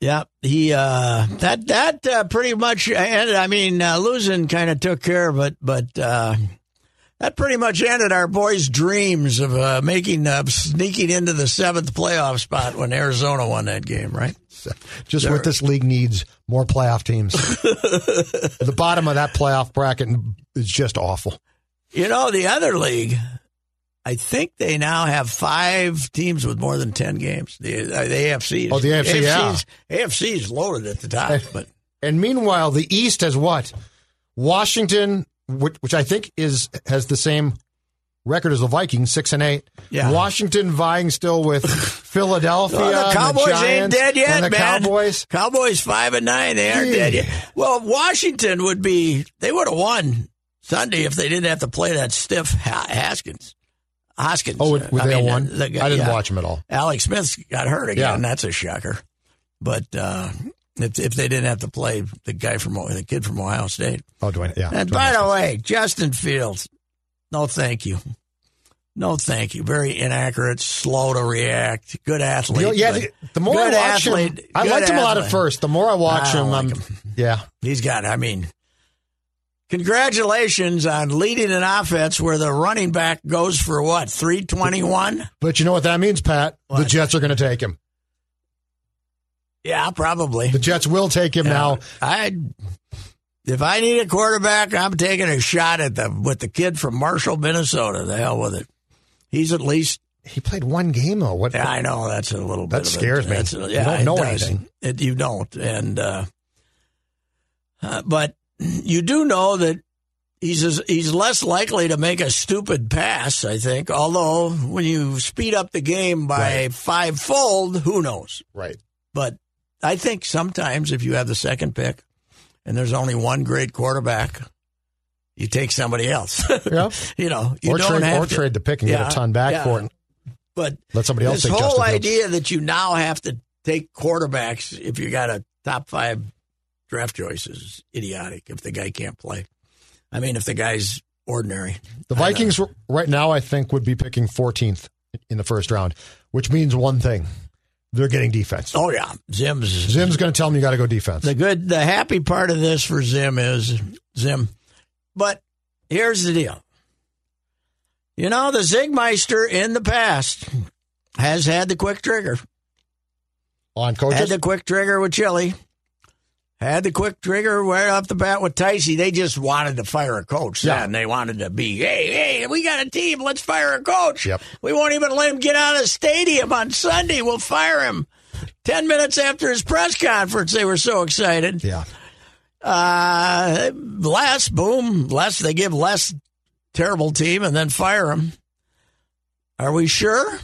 Speaker 3: yeah. He uh, that that uh, pretty much. Ended, I mean, uh, losing kind of took care of it, but uh, that pretty much ended our boys' dreams of uh, making uh, sneaking into the seventh playoff spot when Arizona won that game. Right?
Speaker 4: Just what this league needs more playoff teams. the bottom of that playoff bracket is just awful.
Speaker 3: You know, the other league. I think they now have five teams with more than ten games. The, uh, the AFC.
Speaker 4: Oh, the AFC, yeah.
Speaker 3: AFC's, AFC's loaded at the top, but
Speaker 4: And meanwhile, the East has what? Washington, which, which I think is has the same record as the Vikings, six and eight.
Speaker 3: Yeah.
Speaker 4: Washington vying still with Philadelphia.
Speaker 3: Well,
Speaker 4: and
Speaker 3: the Cowboys ain't
Speaker 4: Giants
Speaker 3: dead yet,
Speaker 4: and the
Speaker 3: man.
Speaker 4: Cowboys.
Speaker 3: Cowboys five and nine. They aren't
Speaker 4: Gee.
Speaker 3: dead yet. Well, Washington would be. They would have won Sunday if they didn't have to play that stiff Ha- Haskins. Hoskins. uh,
Speaker 4: Oh, would, would
Speaker 3: I
Speaker 4: they have
Speaker 3: mean,
Speaker 4: won?
Speaker 3: the guy-
Speaker 4: I didn't
Speaker 3: yeah.
Speaker 4: watch them at all.
Speaker 3: Alex Smith got hurt again.
Speaker 4: Yeah.
Speaker 3: That's a shocker. But uh, if if they didn't have to play the guy from the kid from Ohio State.
Speaker 4: Oh, do I? Yeah.
Speaker 3: And by the way, Justin Fields, no thank you. No thank you. Very inaccurate, slow to react, good
Speaker 4: You know,
Speaker 3: athlete.
Speaker 4: yeah,
Speaker 3: but
Speaker 4: the, the more I
Speaker 3: good
Speaker 4: watch him,
Speaker 3: athlete,
Speaker 4: I
Speaker 3: good
Speaker 4: liked him a lot at
Speaker 3: athlete.
Speaker 4: first. The more I watch
Speaker 3: I don't
Speaker 4: him, um,
Speaker 3: like
Speaker 4: I'm,
Speaker 3: him.
Speaker 4: yeah,
Speaker 3: He's got, I mean, congratulations on leading an offense where the running back goes for what, 321?
Speaker 4: But you know what that means, Pat? The
Speaker 3: What?
Speaker 4: Jets are going to take him.
Speaker 3: Yeah, probably.
Speaker 4: The Jets will take him now.
Speaker 3: I if I need a quarterback, I'm taking a shot at the with the kid from Marshall, Minnesota. The hell with it. He's at least
Speaker 4: He played one game though. What?
Speaker 3: Yeah, I know that's a little
Speaker 4: That
Speaker 3: bit.
Speaker 4: scares
Speaker 3: of a,
Speaker 4: me.
Speaker 3: that's a-
Speaker 4: You
Speaker 3: yeah,
Speaker 4: don't
Speaker 3: it
Speaker 4: know
Speaker 3: does.
Speaker 4: anything.
Speaker 3: It, you don't, and uh, uh, but you do know that he's as, he's less likely to make a stupid pass. I think, although when you speed up the game by fivefold, who knows?
Speaker 4: Right.
Speaker 3: But I think sometimes if you have the second pick and there's only one great quarterback, you take somebody else.
Speaker 4: Yeah.
Speaker 3: you know, you
Speaker 4: or
Speaker 3: don't
Speaker 4: trade,
Speaker 3: have
Speaker 4: or
Speaker 3: to-
Speaker 4: trade the pick and
Speaker 3: Yeah,
Speaker 4: get a ton back
Speaker 3: yeah.
Speaker 4: for it.
Speaker 3: But
Speaker 4: Let somebody else
Speaker 3: this
Speaker 4: take
Speaker 3: whole
Speaker 4: Justin Fields.
Speaker 3: idea that you now have to take quarterbacks if you got a top five draft choice is idiotic. If the guy can't play, I mean, if the guy's ordinary,
Speaker 4: The
Speaker 3: I know.
Speaker 4: Vikings r- right now, I think, would be picking 14th in the first round, which means one thing: they're getting defense.
Speaker 3: Oh yeah, Zim's
Speaker 4: Zim's going to tell them you got to go defense.
Speaker 3: the good. The happy part of this for Zim is Zim. But here's the deal. You know, the Zigmeister in the past has had the quick trigger.
Speaker 4: On coaches,
Speaker 3: Had the quick trigger with Chili. Had the quick trigger right off the bat with Ticey. They just wanted to fire a coach.
Speaker 4: Yeah.
Speaker 3: Yeah. And they wanted to be, hey, hey, we got a team. Let's fire a coach.
Speaker 4: Yep.
Speaker 3: We won't even let him get out of the stadium on Sunday. We'll fire him. Ten minutes after his press conference, they were so excited.
Speaker 4: yeah,
Speaker 3: Uh, less, boom, less. They give less terrible team and then fire him. Are we sure?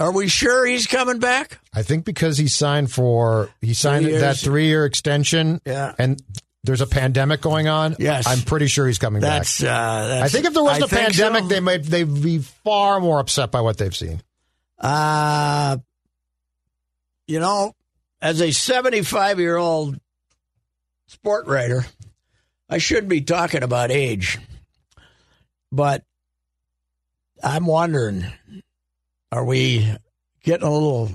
Speaker 3: Are we sure he's coming back?
Speaker 4: I think because he signed for he signed
Speaker 3: Three
Speaker 4: that
Speaker 3: years.
Speaker 4: three-year extension,
Speaker 3: Yeah.
Speaker 4: and there's a pandemic going on.
Speaker 3: Yes.
Speaker 4: I'm pretty sure he's coming back.
Speaker 3: That's, uh, that's
Speaker 4: I think if there wasn't a
Speaker 3: I think
Speaker 4: pandemic,
Speaker 3: so.
Speaker 4: they might they'd be far more upset by what they've seen.
Speaker 3: Uh, you know, as a 75 year old sport writer, I shouldn't be talking about age, but I'm wondering are we getting a little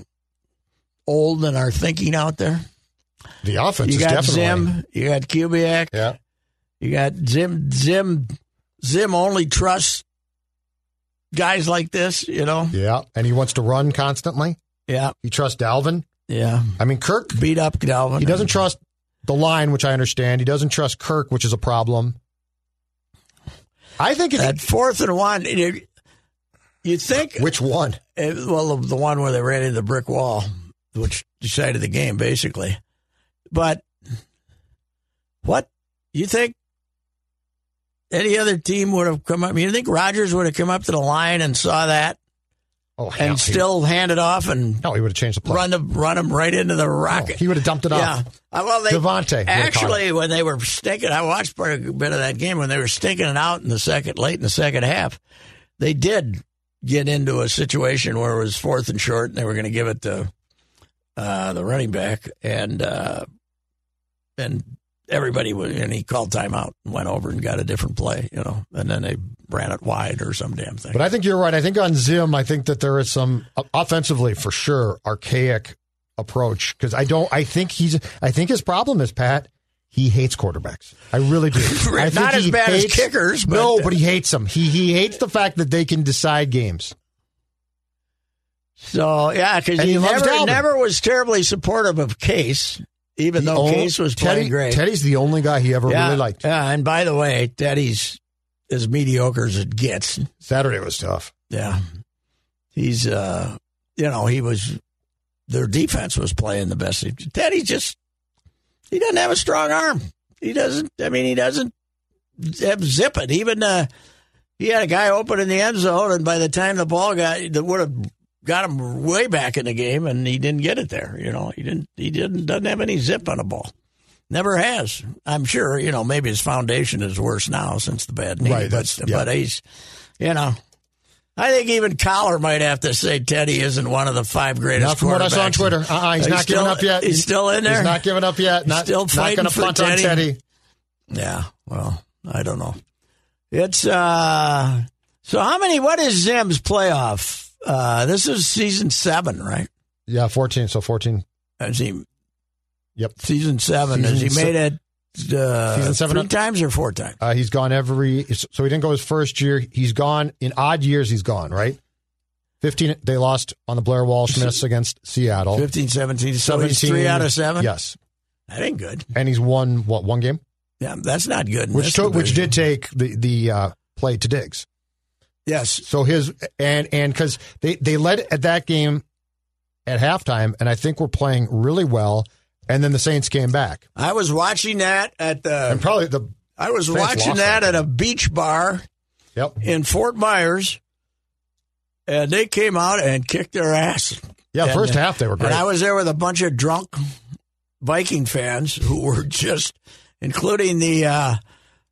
Speaker 3: old in our thinking out there?
Speaker 4: The offense
Speaker 3: you
Speaker 4: is
Speaker 3: got
Speaker 4: definitely.
Speaker 3: Zim. You got Kubiak.
Speaker 4: Yeah.
Speaker 3: You got Zim. Zim. Zim only trusts guys like this. You know.
Speaker 4: Yeah. And he wants to run constantly.
Speaker 3: Yeah.
Speaker 4: He trusts Dalvin.
Speaker 3: Yeah.
Speaker 4: I mean, Kirk,
Speaker 3: Beat up Dalvin.
Speaker 4: he doesn't trust the line, which I understand. He doesn't trust Kirk, which is a problem. I think it's
Speaker 3: That fourth and one. You, you think?
Speaker 4: which one?
Speaker 3: eh, Well, the one where they ran into the brick wall, which decided the game basically. But what you think? Any other team would have come up. You think Rogers would have come up to the line and saw that
Speaker 4: Oh, hell,
Speaker 3: and
Speaker 4: he-
Speaker 3: still hand it off and
Speaker 4: no, he would have changed the play.
Speaker 3: run the, run him right into the
Speaker 4: No,
Speaker 3: rocket.
Speaker 4: he would have dumped it
Speaker 3: yeah.
Speaker 4: off.
Speaker 3: Uh, Well, they
Speaker 4: Devontae would've caught
Speaker 3: actually when they were stinking. I watched part of, a bit of that game when they were stinking it out in the second, late in the second half. They did get into a situation where it was fourth and short, and they were going to give it to uh, the running back, and uh, and everybody was, and he called timeout and went over and got a different play, you know, and then they ran it wide or some damn thing.
Speaker 4: But I think you're right. I think on Zim, I think that there is some uh, offensively for sure archaic approach because I don't. I think he's. I think his problem is Pat. He hates quarterbacks. I really do. I think
Speaker 3: Not as
Speaker 4: he
Speaker 3: bad as
Speaker 4: hates-
Speaker 3: kickers, but-
Speaker 4: no, but he hates them. He he hates the fact that they can decide games.
Speaker 3: So yeah, because
Speaker 4: And
Speaker 3: he,
Speaker 4: he loves
Speaker 3: never
Speaker 4: Dalvin.
Speaker 3: never was terribly supportive of Case, even
Speaker 4: The
Speaker 3: though
Speaker 4: only-
Speaker 3: Case was
Speaker 4: Teddy,
Speaker 3: playing great.
Speaker 4: Teddy's the only guy he ever
Speaker 3: yeah,
Speaker 4: really liked.
Speaker 3: yeah, and by the way, Teddy's as mediocre as it gets.
Speaker 4: Saturday was tough.
Speaker 3: Yeah, he's uh, you know, he was their defense was playing the best. Teddy just he doesn't have a strong arm. He doesn't. I mean, he doesn't have zip it. Even uh, he had a guy open in the end zone, and by the time the ball got that would have got him way back in the game, and he didn't get it there. You know, he didn't. He didn't doesn't have any zip on a ball. Never has. I'm sure. You know, maybe his foundation is worse now since the bad knee.
Speaker 4: Right,
Speaker 3: but
Speaker 4: that's- yeah.
Speaker 3: but he's, you know. I think even Collar might have to say Teddy isn't one of the five greatest.
Speaker 4: Not from what I saw on
Speaker 3: quarterbacks.
Speaker 4: Twitter. Uh-uh, he's
Speaker 3: He's
Speaker 4: not giving
Speaker 3: still-
Speaker 4: up yet.
Speaker 3: he's still in there?
Speaker 4: He's not giving up yet. Not,
Speaker 3: still
Speaker 4: not
Speaker 3: fighting
Speaker 4: going to
Speaker 3: for
Speaker 4: punt on
Speaker 3: Teddy?
Speaker 4: Teddy.
Speaker 3: Yeah. Well, I don't know. It's uh so how many what is Zim's playoff? Uh this is season seven, right?
Speaker 4: Yeah, fourteen. So fourteen.
Speaker 3: Is he
Speaker 4: Yep.
Speaker 3: season seven? has he
Speaker 4: Season
Speaker 3: made it uh
Speaker 4: Season seven
Speaker 3: three
Speaker 4: up-
Speaker 3: times or four times?
Speaker 4: Uh, he's gone every. So he didn't go his first year. He's gone in odd years. He's gone right. Fifteen. They lost on the Blair Walsh miss against Seattle.
Speaker 3: 15, 17, so he's
Speaker 4: 17
Speaker 3: three out of seven?
Speaker 4: Yes,
Speaker 3: That ain't good.
Speaker 4: and he's won what one game,
Speaker 3: Yeah, that's not good. in
Speaker 4: which
Speaker 3: this
Speaker 4: took, which
Speaker 3: division.
Speaker 4: did take the the uh, play to Diggs.
Speaker 3: Yes.
Speaker 4: So his and and because they they led at that game at halftime, and I think we're playing really well. And then the Saints came back,
Speaker 3: I was watching that at
Speaker 4: and
Speaker 3: the
Speaker 4: probably the
Speaker 3: I was
Speaker 4: Saints
Speaker 3: watching
Speaker 4: lost
Speaker 3: that
Speaker 4: that
Speaker 3: at a beach bar
Speaker 4: yep
Speaker 3: in Fort Myers, and they came out and kicked their ass.
Speaker 4: yeah
Speaker 3: And- uh,
Speaker 4: first half they were great.
Speaker 3: And I was there with a bunch of drunk Viking fans who were just, including the uh,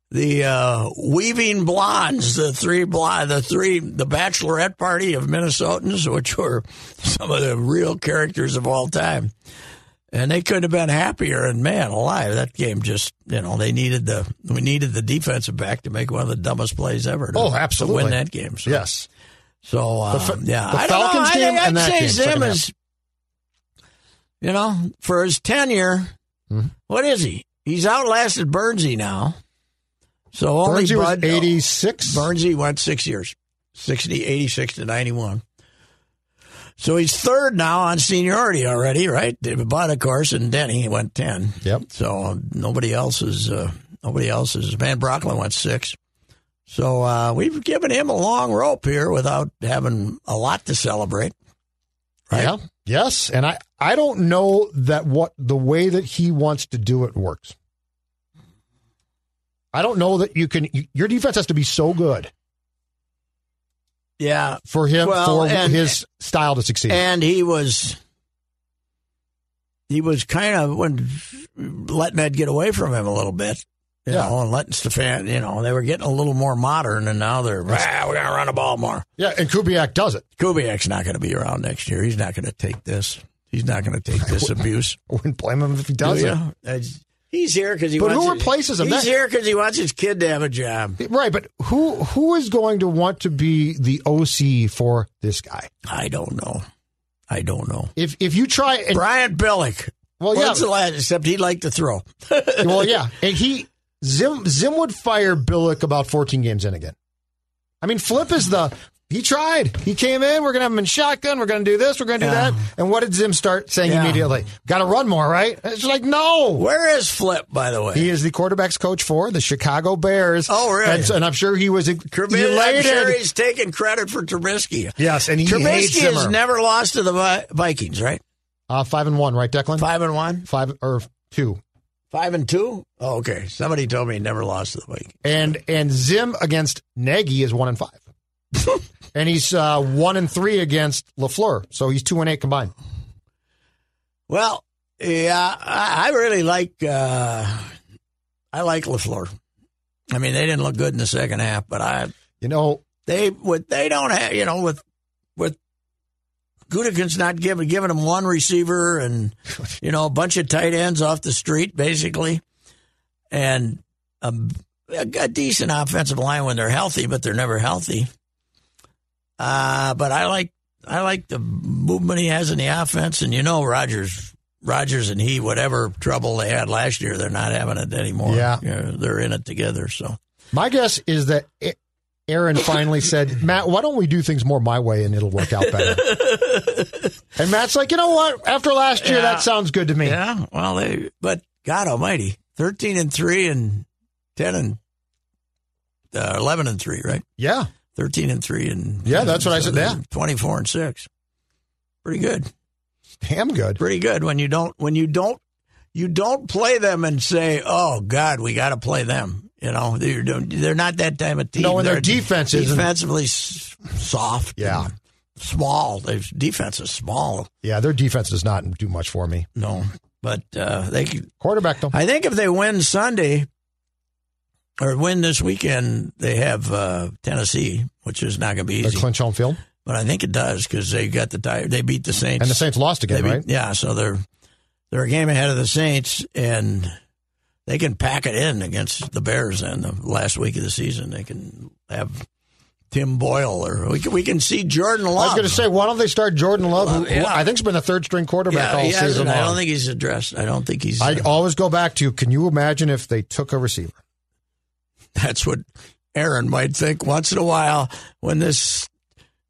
Speaker 3: the uh, weaving blondes, the three blonde, the three the bachelorette party of Minnesotans, which were some of the real characters of all time. And they couldn't have been happier. And man, alive, that game just you know they needed the we needed the defensive back to make one of the dumbest plays ever. To,
Speaker 4: Oh,
Speaker 3: to
Speaker 4: absolutely.
Speaker 3: win that game. So.
Speaker 4: yes,
Speaker 3: So uh,
Speaker 4: The Fa-
Speaker 3: yeah,
Speaker 4: the
Speaker 3: I don't
Speaker 4: Falcons
Speaker 3: know. I
Speaker 4: game
Speaker 3: think I'd
Speaker 4: and that
Speaker 3: say
Speaker 4: game,
Speaker 3: Zim
Speaker 4: second half.
Speaker 3: is, you know, for his tenure,
Speaker 4: Mm-hmm.
Speaker 3: what is he? He's outlasted Bernsey now. So only
Speaker 4: Bernsey was
Speaker 3: Bud-
Speaker 4: eighty six.
Speaker 3: Bernsey went six years, 60, 86 to ninety one. So he's third now on seniority already, right? Bud, of course, and Denny he went ten.
Speaker 4: Yep.
Speaker 3: So um, nobody else is uh, nobody else is. Van Brocklin went six. So uh, we've given him a long rope here without having a lot to celebrate. Right?
Speaker 4: Yeah. Yes, and I I don't know that what the way that he wants to do it works. I don't know that you can. you- Your defense has to be so good
Speaker 3: Yeah.
Speaker 4: for him
Speaker 3: Well,
Speaker 4: for
Speaker 3: and-
Speaker 4: his style to succeed.
Speaker 3: And he was he was kind of when letting that get away from him a little bit. You
Speaker 4: Yeah.
Speaker 3: know, and letting Stefan, you know, they were getting a little more modern, and now they're, ah, we're going to run the ball more.
Speaker 4: yeah, and Kubiak does it.
Speaker 3: Kubiak's not going to be around next year. He's not going to take this. He's not going to take this abuse.
Speaker 4: I wouldn't blame him if he
Speaker 3: Do
Speaker 4: does it.
Speaker 3: ya? That's- He's here because he.
Speaker 4: But
Speaker 3: wants
Speaker 4: who
Speaker 3: his-
Speaker 4: replaces him?
Speaker 3: He's
Speaker 4: That-
Speaker 3: here because he wants his kid to have a job.
Speaker 4: Right, but who who is going to want to be the OC for this guy?
Speaker 3: I don't know. I don't know.
Speaker 4: If if you try and
Speaker 3: Brian Billick.
Speaker 4: Well, yeah.
Speaker 3: When's the last- except he liked to throw.
Speaker 4: well, yeah, and he Zim Zim would fire Billick about 14 games in again. I mean, Flip is the he tried. He came in. We're gonna have him in shotgun. We're gonna do this. We're gonna do
Speaker 3: Yeah.
Speaker 4: that. And what did Zim start saying
Speaker 3: Yeah.
Speaker 4: immediately? Got to run more, right? It's like no.
Speaker 3: Where is Flip, by the way?
Speaker 4: He is the quarterbacks coach for the Chicago Bears.
Speaker 3: Oh, really?
Speaker 4: And, so- and I'm sure he was
Speaker 3: Trubisky, I'm
Speaker 4: elated.
Speaker 3: sure he's taking credit for Trubisky.
Speaker 4: Yes, and he
Speaker 3: Trubisky
Speaker 4: hates
Speaker 3: has
Speaker 4: Zimmer.
Speaker 3: never lost to the Vi- Vikings, right?
Speaker 4: uh, five and one, right, Declan?
Speaker 3: Five and one,
Speaker 4: Five or two.
Speaker 3: five and two. Oh, okay. Somebody told me he never lost to the Vikings.
Speaker 4: and and Zim against Nagy is one and five, and he's uh, one and three against Lafleur. So he's two and eight combined.
Speaker 3: Well, yeah, I, I really like uh, I like Lafleur. I mean, they didn't look good in the second half, but I
Speaker 4: You know,
Speaker 3: they would they don't have you know with with Gutekunst not giving giving them one receiver and you know a bunch of tight ends off the street basically, and a, a, a decent offensive line when they're healthy, but they're never healthy. Uh, but I like I like the movement he has in the offense, and you know Rogers. Rogers and he, whatever trouble they had last year, they're not having it anymore.
Speaker 4: Yeah.
Speaker 3: You know, they're in it together. So
Speaker 4: my guess is that A- Aaron finally said, "Matt, why don't we do things more my way and it'll work out better." and Matt's like, "You know what? After last year,
Speaker 3: Yeah.
Speaker 4: that sounds good to me."
Speaker 3: Yeah, well, they but God Almighty, thirteen and three and ten and uh, eleven and three, right?
Speaker 4: Yeah.
Speaker 3: Thirteen and three and
Speaker 4: Yeah, that's what I said, yeah.
Speaker 3: twenty four and six. Pretty good,
Speaker 4: damn good.
Speaker 3: pretty good. When you don't, when you don't, you don't play them and say, "Oh God, we got to play them." You know, they're they're not that time of team.
Speaker 4: No, and their
Speaker 3: They're
Speaker 4: defense isn't-
Speaker 3: defensively s- soft.
Speaker 4: Yeah.
Speaker 3: and small. Their defense is small.
Speaker 4: Yeah, their defense does not do much for me.
Speaker 3: No, but uh, they could-
Speaker 4: Quarterback though.
Speaker 3: I think if they win Sunday or win this weekend, they have uh, Tennessee, which is not going to be
Speaker 4: The
Speaker 3: easy.
Speaker 4: clinch home field,
Speaker 3: But I think it does because they got the tire. They beat the Saints.
Speaker 4: and the Saints lost
Speaker 3: They
Speaker 4: again,
Speaker 3: beat-
Speaker 4: right?
Speaker 3: Yeah, so they're they're a game ahead of the Saints, and they can pack it in against the Bears. in the last week of the season, they can have Tim Boyle or we can, we can see Jordan Love.
Speaker 4: I was going to say, why don't they start Jordan Love? who- who
Speaker 3: Yeah.
Speaker 4: I think's been the third string quarterback
Speaker 3: yeah,
Speaker 4: all
Speaker 3: he hasn't.
Speaker 4: season long.
Speaker 3: I don't think he's addressed. I don't think he's.
Speaker 4: I always go back to can you imagine if they took a receiver?
Speaker 3: That's what Aaron might think once in a while when this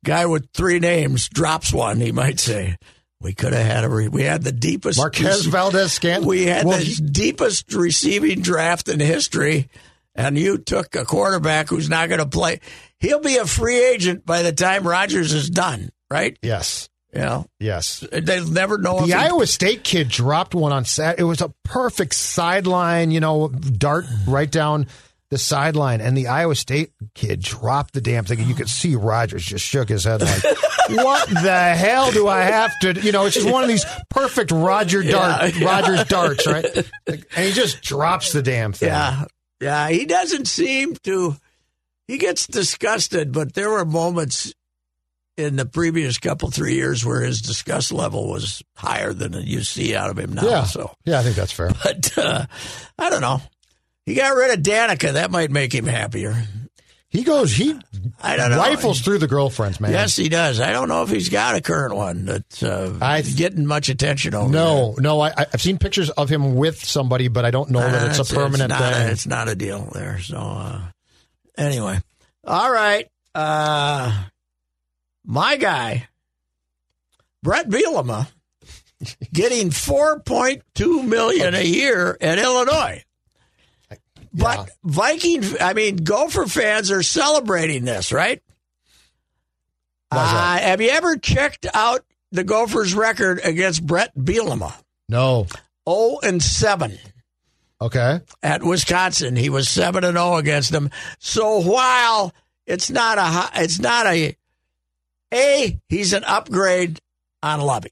Speaker 3: guy with three names drops one. He might say, "We could have had a re- we had the deepest
Speaker 4: Marquez Valdez Scantling.
Speaker 3: we had
Speaker 4: well,
Speaker 3: the
Speaker 4: he-
Speaker 3: deepest receiving draft in history, and you took a quarterback who's not going to play. He'll be a free agent by the time Rodgers is done, right?
Speaker 4: Yes.
Speaker 3: You know,
Speaker 4: Yes.
Speaker 3: they'll never know.
Speaker 4: The
Speaker 3: if he-
Speaker 4: Iowa State kid dropped one on Sat. It was a perfect sideline, you know, dart right down the sideline, and the Iowa State kid dropped the damn thing. And you could see Rogers just shook his head like, "What the hell do I have to?" You know, it's just one of these perfect Roger dart,
Speaker 3: Yeah, yeah.
Speaker 4: Rogers darts, right? Like, And he just drops the damn thing.
Speaker 3: Yeah. Yeah. He doesn't seem to. He gets disgusted, but there were moments in the previous couple, three years where his disgust level was higher than you see out of him now.
Speaker 4: Yeah.
Speaker 3: So,
Speaker 4: yeah, I think that's fair.
Speaker 3: but uh, I don't know. He got rid of Danica. That might make him happier.
Speaker 4: He goes. He
Speaker 3: I don't know.
Speaker 4: rifles through the girlfriends, man.
Speaker 3: Yes, he does. I don't know if he's got a current one that's uh,
Speaker 4: I-
Speaker 3: getting much attention over
Speaker 4: No, no. I, I've seen pictures of him with somebody, but I don't know
Speaker 3: there.
Speaker 4: that Oh, it's
Speaker 3: Uh,
Speaker 4: a permanent
Speaker 3: not a-
Speaker 4: thing.
Speaker 3: it's not a deal there. So uh, anyway, all right. Uh, my guy, Brett Bielema, getting four point two million a year at Illinois. But
Speaker 4: Yeah.
Speaker 3: Viking, I mean, Gopher fans are celebrating this, right?
Speaker 4: Why's that?
Speaker 3: Uh, have you ever checked out the Gophers' record against Brett Bielema?
Speaker 4: no.
Speaker 3: Oh and seven
Speaker 4: Okay.
Speaker 3: at Wisconsin. He was seven and zero against them. So while it's not a, hi- it's not a, a he's an upgrade on Lubby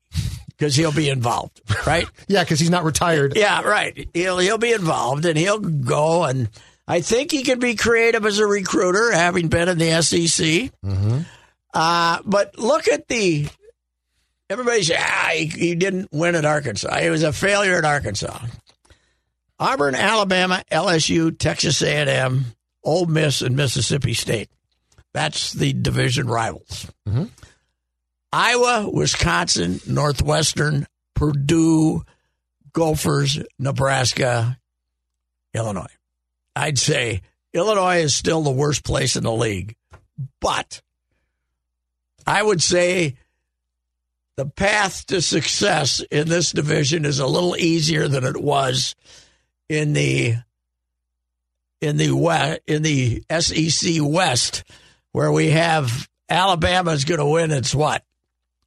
Speaker 3: because he'll be involved, right?
Speaker 4: Yeah, because he's not retired.
Speaker 3: Yeah, right. He'll he'll be involved and he'll go and I think he can be creative as a recruiter, having been in the SEC.
Speaker 4: hmm
Speaker 3: Uh, but look at the everybody say ah, he, he didn't win at Arkansas. He was a failure at Arkansas. Auburn, Alabama, LSU, Texas A&M, Ole Miss, and Mississippi State. That's the division rivals.
Speaker 4: Mhm.
Speaker 3: Iowa, Wisconsin, Northwestern, Purdue, Gophers, Nebraska, Illinois. I'd say Illinois is still the worst place in the league, but I would say the path to success in this division is a little easier than it was in the in the West, in the SEC West, where we have Alabama's going to win its what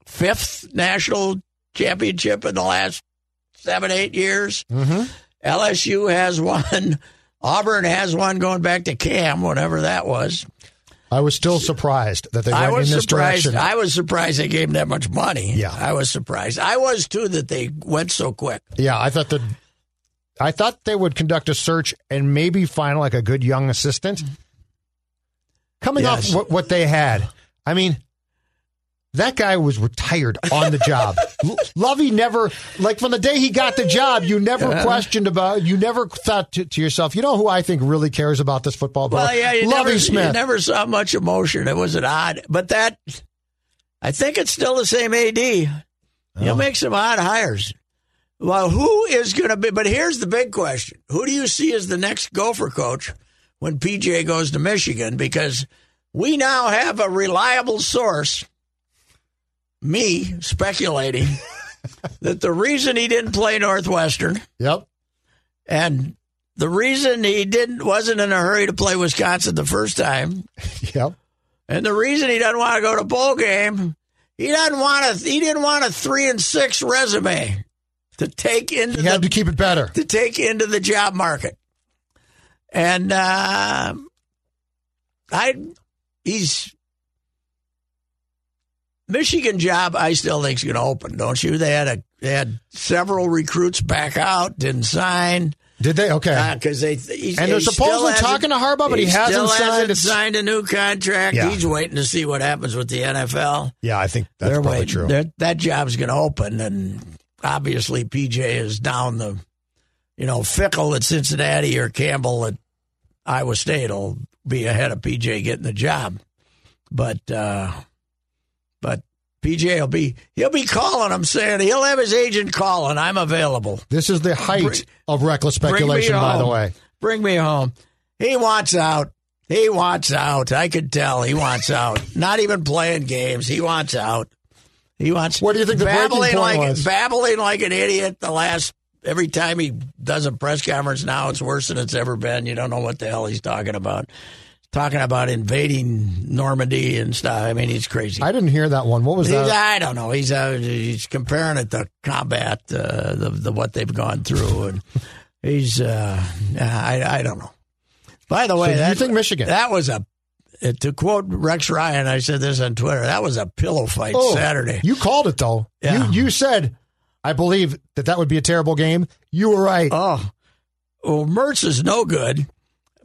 Speaker 3: fifth national championship in the last seven eight years.
Speaker 4: Mm-hmm.
Speaker 3: LSU has one. Auburn has one going back to Cam, whatever that was.
Speaker 4: I was still surprised that they
Speaker 3: I
Speaker 4: went
Speaker 3: was
Speaker 4: in this
Speaker 3: surprised.
Speaker 4: direction.
Speaker 3: I was surprised they gave him that much money.
Speaker 4: Yeah.
Speaker 3: I was surprised. I was too that they went so quick.
Speaker 4: yeah, I thought that I thought they would conduct a search and maybe find like a good young assistant. Coming
Speaker 3: Mm-hmm. Yes.
Speaker 4: off what, what they had, I mean, that guy was retired on the job. L- Lovey never, like from the day he got the job, you never questioned about, you never thought to, to yourself, you know who I think really cares about this football?
Speaker 3: Well,
Speaker 4: player?
Speaker 3: yeah, you
Speaker 4: Lovey
Speaker 3: never,
Speaker 4: Smith.
Speaker 3: you never saw much emotion. It was an odd, but that I think it's still the same AD.
Speaker 4: Oh.
Speaker 3: He'll make some odd hires. Well, who is going to be? But here's the big question: Who do you see as the next Gopher coach when PJ goes to Michigan? Because we now have a reliable source. Me speculating that the reason he didn't play Northwestern
Speaker 4: yep.
Speaker 3: and the reason he didn't wasn't in a hurry to play Wisconsin the first time,
Speaker 4: Yep.
Speaker 3: and the reason he doesn't want to go to bowl game, he doesn't want to. He didn't want a three and six resume to take into
Speaker 4: You had
Speaker 3: the,
Speaker 4: to keep it better.
Speaker 3: to take into the job market. And uh, I, he's Michigan job. I still think's going to open, don't you? They had a they had several recruits back out, didn't sign.
Speaker 4: Did they? Okay.
Speaker 3: Because Uh, they he's,
Speaker 4: And they're
Speaker 3: he still
Speaker 4: supposedly
Speaker 3: hasn't-
Speaker 4: talking to Harbaugh, but he hasn't
Speaker 3: still
Speaker 4: signed
Speaker 3: hasn't
Speaker 4: a-
Speaker 3: signed a new contract.
Speaker 4: Yeah.
Speaker 3: He's waiting to see what happens with the NFL.
Speaker 4: yeah, I think that's
Speaker 3: They're
Speaker 4: probably
Speaker 3: waiting.
Speaker 4: true.
Speaker 3: They're- that job's going to open, and obviously PJ is down the, you know, Fickle at Cincinnati or Campbell at Iowa State will be ahead of PJ getting the job, but uh, but PJ will be he'll be calling. I'm saying he'll have his agent calling. I'm available.
Speaker 4: This is the height
Speaker 3: Bring-
Speaker 4: of reckless speculation,
Speaker 3: Bring me
Speaker 4: by the
Speaker 3: home.
Speaker 4: way.
Speaker 3: Bring me home. He wants out. He wants out. I could tell he wants out. Not even playing games. He wants out. He wants.
Speaker 4: What do you think the breaking
Speaker 3: babbling
Speaker 4: point
Speaker 3: like
Speaker 4: was?
Speaker 3: babbling like an idiot? The last every time he does a press conference now, it's worse than it's ever been. You don't know what the hell he's talking about. Talking about invading Normandy and stuff. I mean, he's crazy.
Speaker 4: I didn't hear that one. What was
Speaker 3: He's,
Speaker 4: that?
Speaker 3: I don't know. He's uh, he's comparing it to combat, uh, the, the what they've gone through, and he's uh, I I don't know. By the way,
Speaker 4: you
Speaker 3: that,
Speaker 4: think Michigan-
Speaker 3: That was a uh, to quote Rex Ryan. I said this on Twitter. That was a pillow fight Saturday.
Speaker 4: Oh, You called it though.
Speaker 3: Yeah.
Speaker 4: You you said, I believe that that would be a terrible game. You were right.
Speaker 3: Oh, well, Mertz is no good.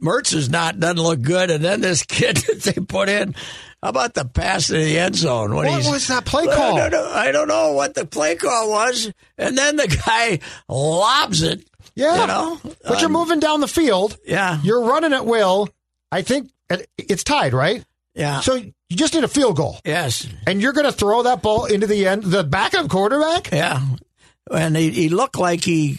Speaker 3: Mertz is not doesn't look good, and then this kid that they put in. How about the pass to the end zone? When
Speaker 4: What
Speaker 3: he's-
Speaker 4: was that play
Speaker 3: I
Speaker 4: call?
Speaker 3: don't know- I don't know what the play call was, and then the guy lobs it.
Speaker 4: yeah,
Speaker 3: you know,
Speaker 4: but you're
Speaker 3: Um,
Speaker 4: moving down the field.
Speaker 3: Yeah,
Speaker 4: You're running at will. I think it- it's tied, right?
Speaker 3: yeah,
Speaker 4: So you just need a field goal,
Speaker 3: yes,
Speaker 4: and you're going to throw that ball into the end. The backup quarterback.
Speaker 3: yeah. And he, he looked like he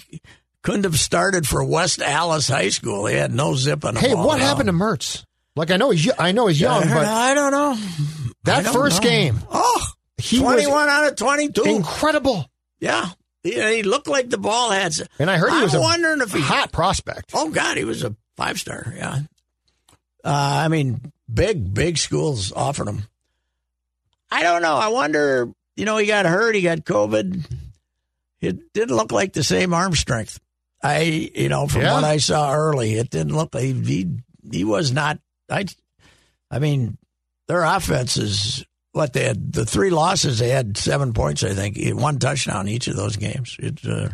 Speaker 3: couldn't have started for West Allis High School. He had no zip on the
Speaker 4: Hey,
Speaker 3: ball
Speaker 4: what
Speaker 3: at all.
Speaker 4: happened to Mertz? Like I know he's y- I know he's young,
Speaker 3: I, heard-
Speaker 4: but
Speaker 3: I don't know. I
Speaker 4: that
Speaker 3: don't
Speaker 4: first
Speaker 3: know.
Speaker 4: game
Speaker 3: Oh,
Speaker 4: he
Speaker 3: 21
Speaker 4: was
Speaker 3: out of 22.
Speaker 4: incredible.
Speaker 3: Yeah. He, he looked like the ball had. s-
Speaker 4: And I heard he
Speaker 3: I'm
Speaker 4: was a
Speaker 3: wondering if he.
Speaker 4: hot prospect.
Speaker 3: Oh, God, he was a five star. Yeah. Uh, I mean, big, big schools offered him. I don't know. I wonder, you know, he got hurt. He got COVID. It didn't look like the same arm strength. I, you know, from
Speaker 4: Yeah.
Speaker 3: what I saw early, it didn't look like he, he was not. I, I mean, their offense is what they had. The three losses, they had seven points, I think, one touchdown each of those games. It, uh,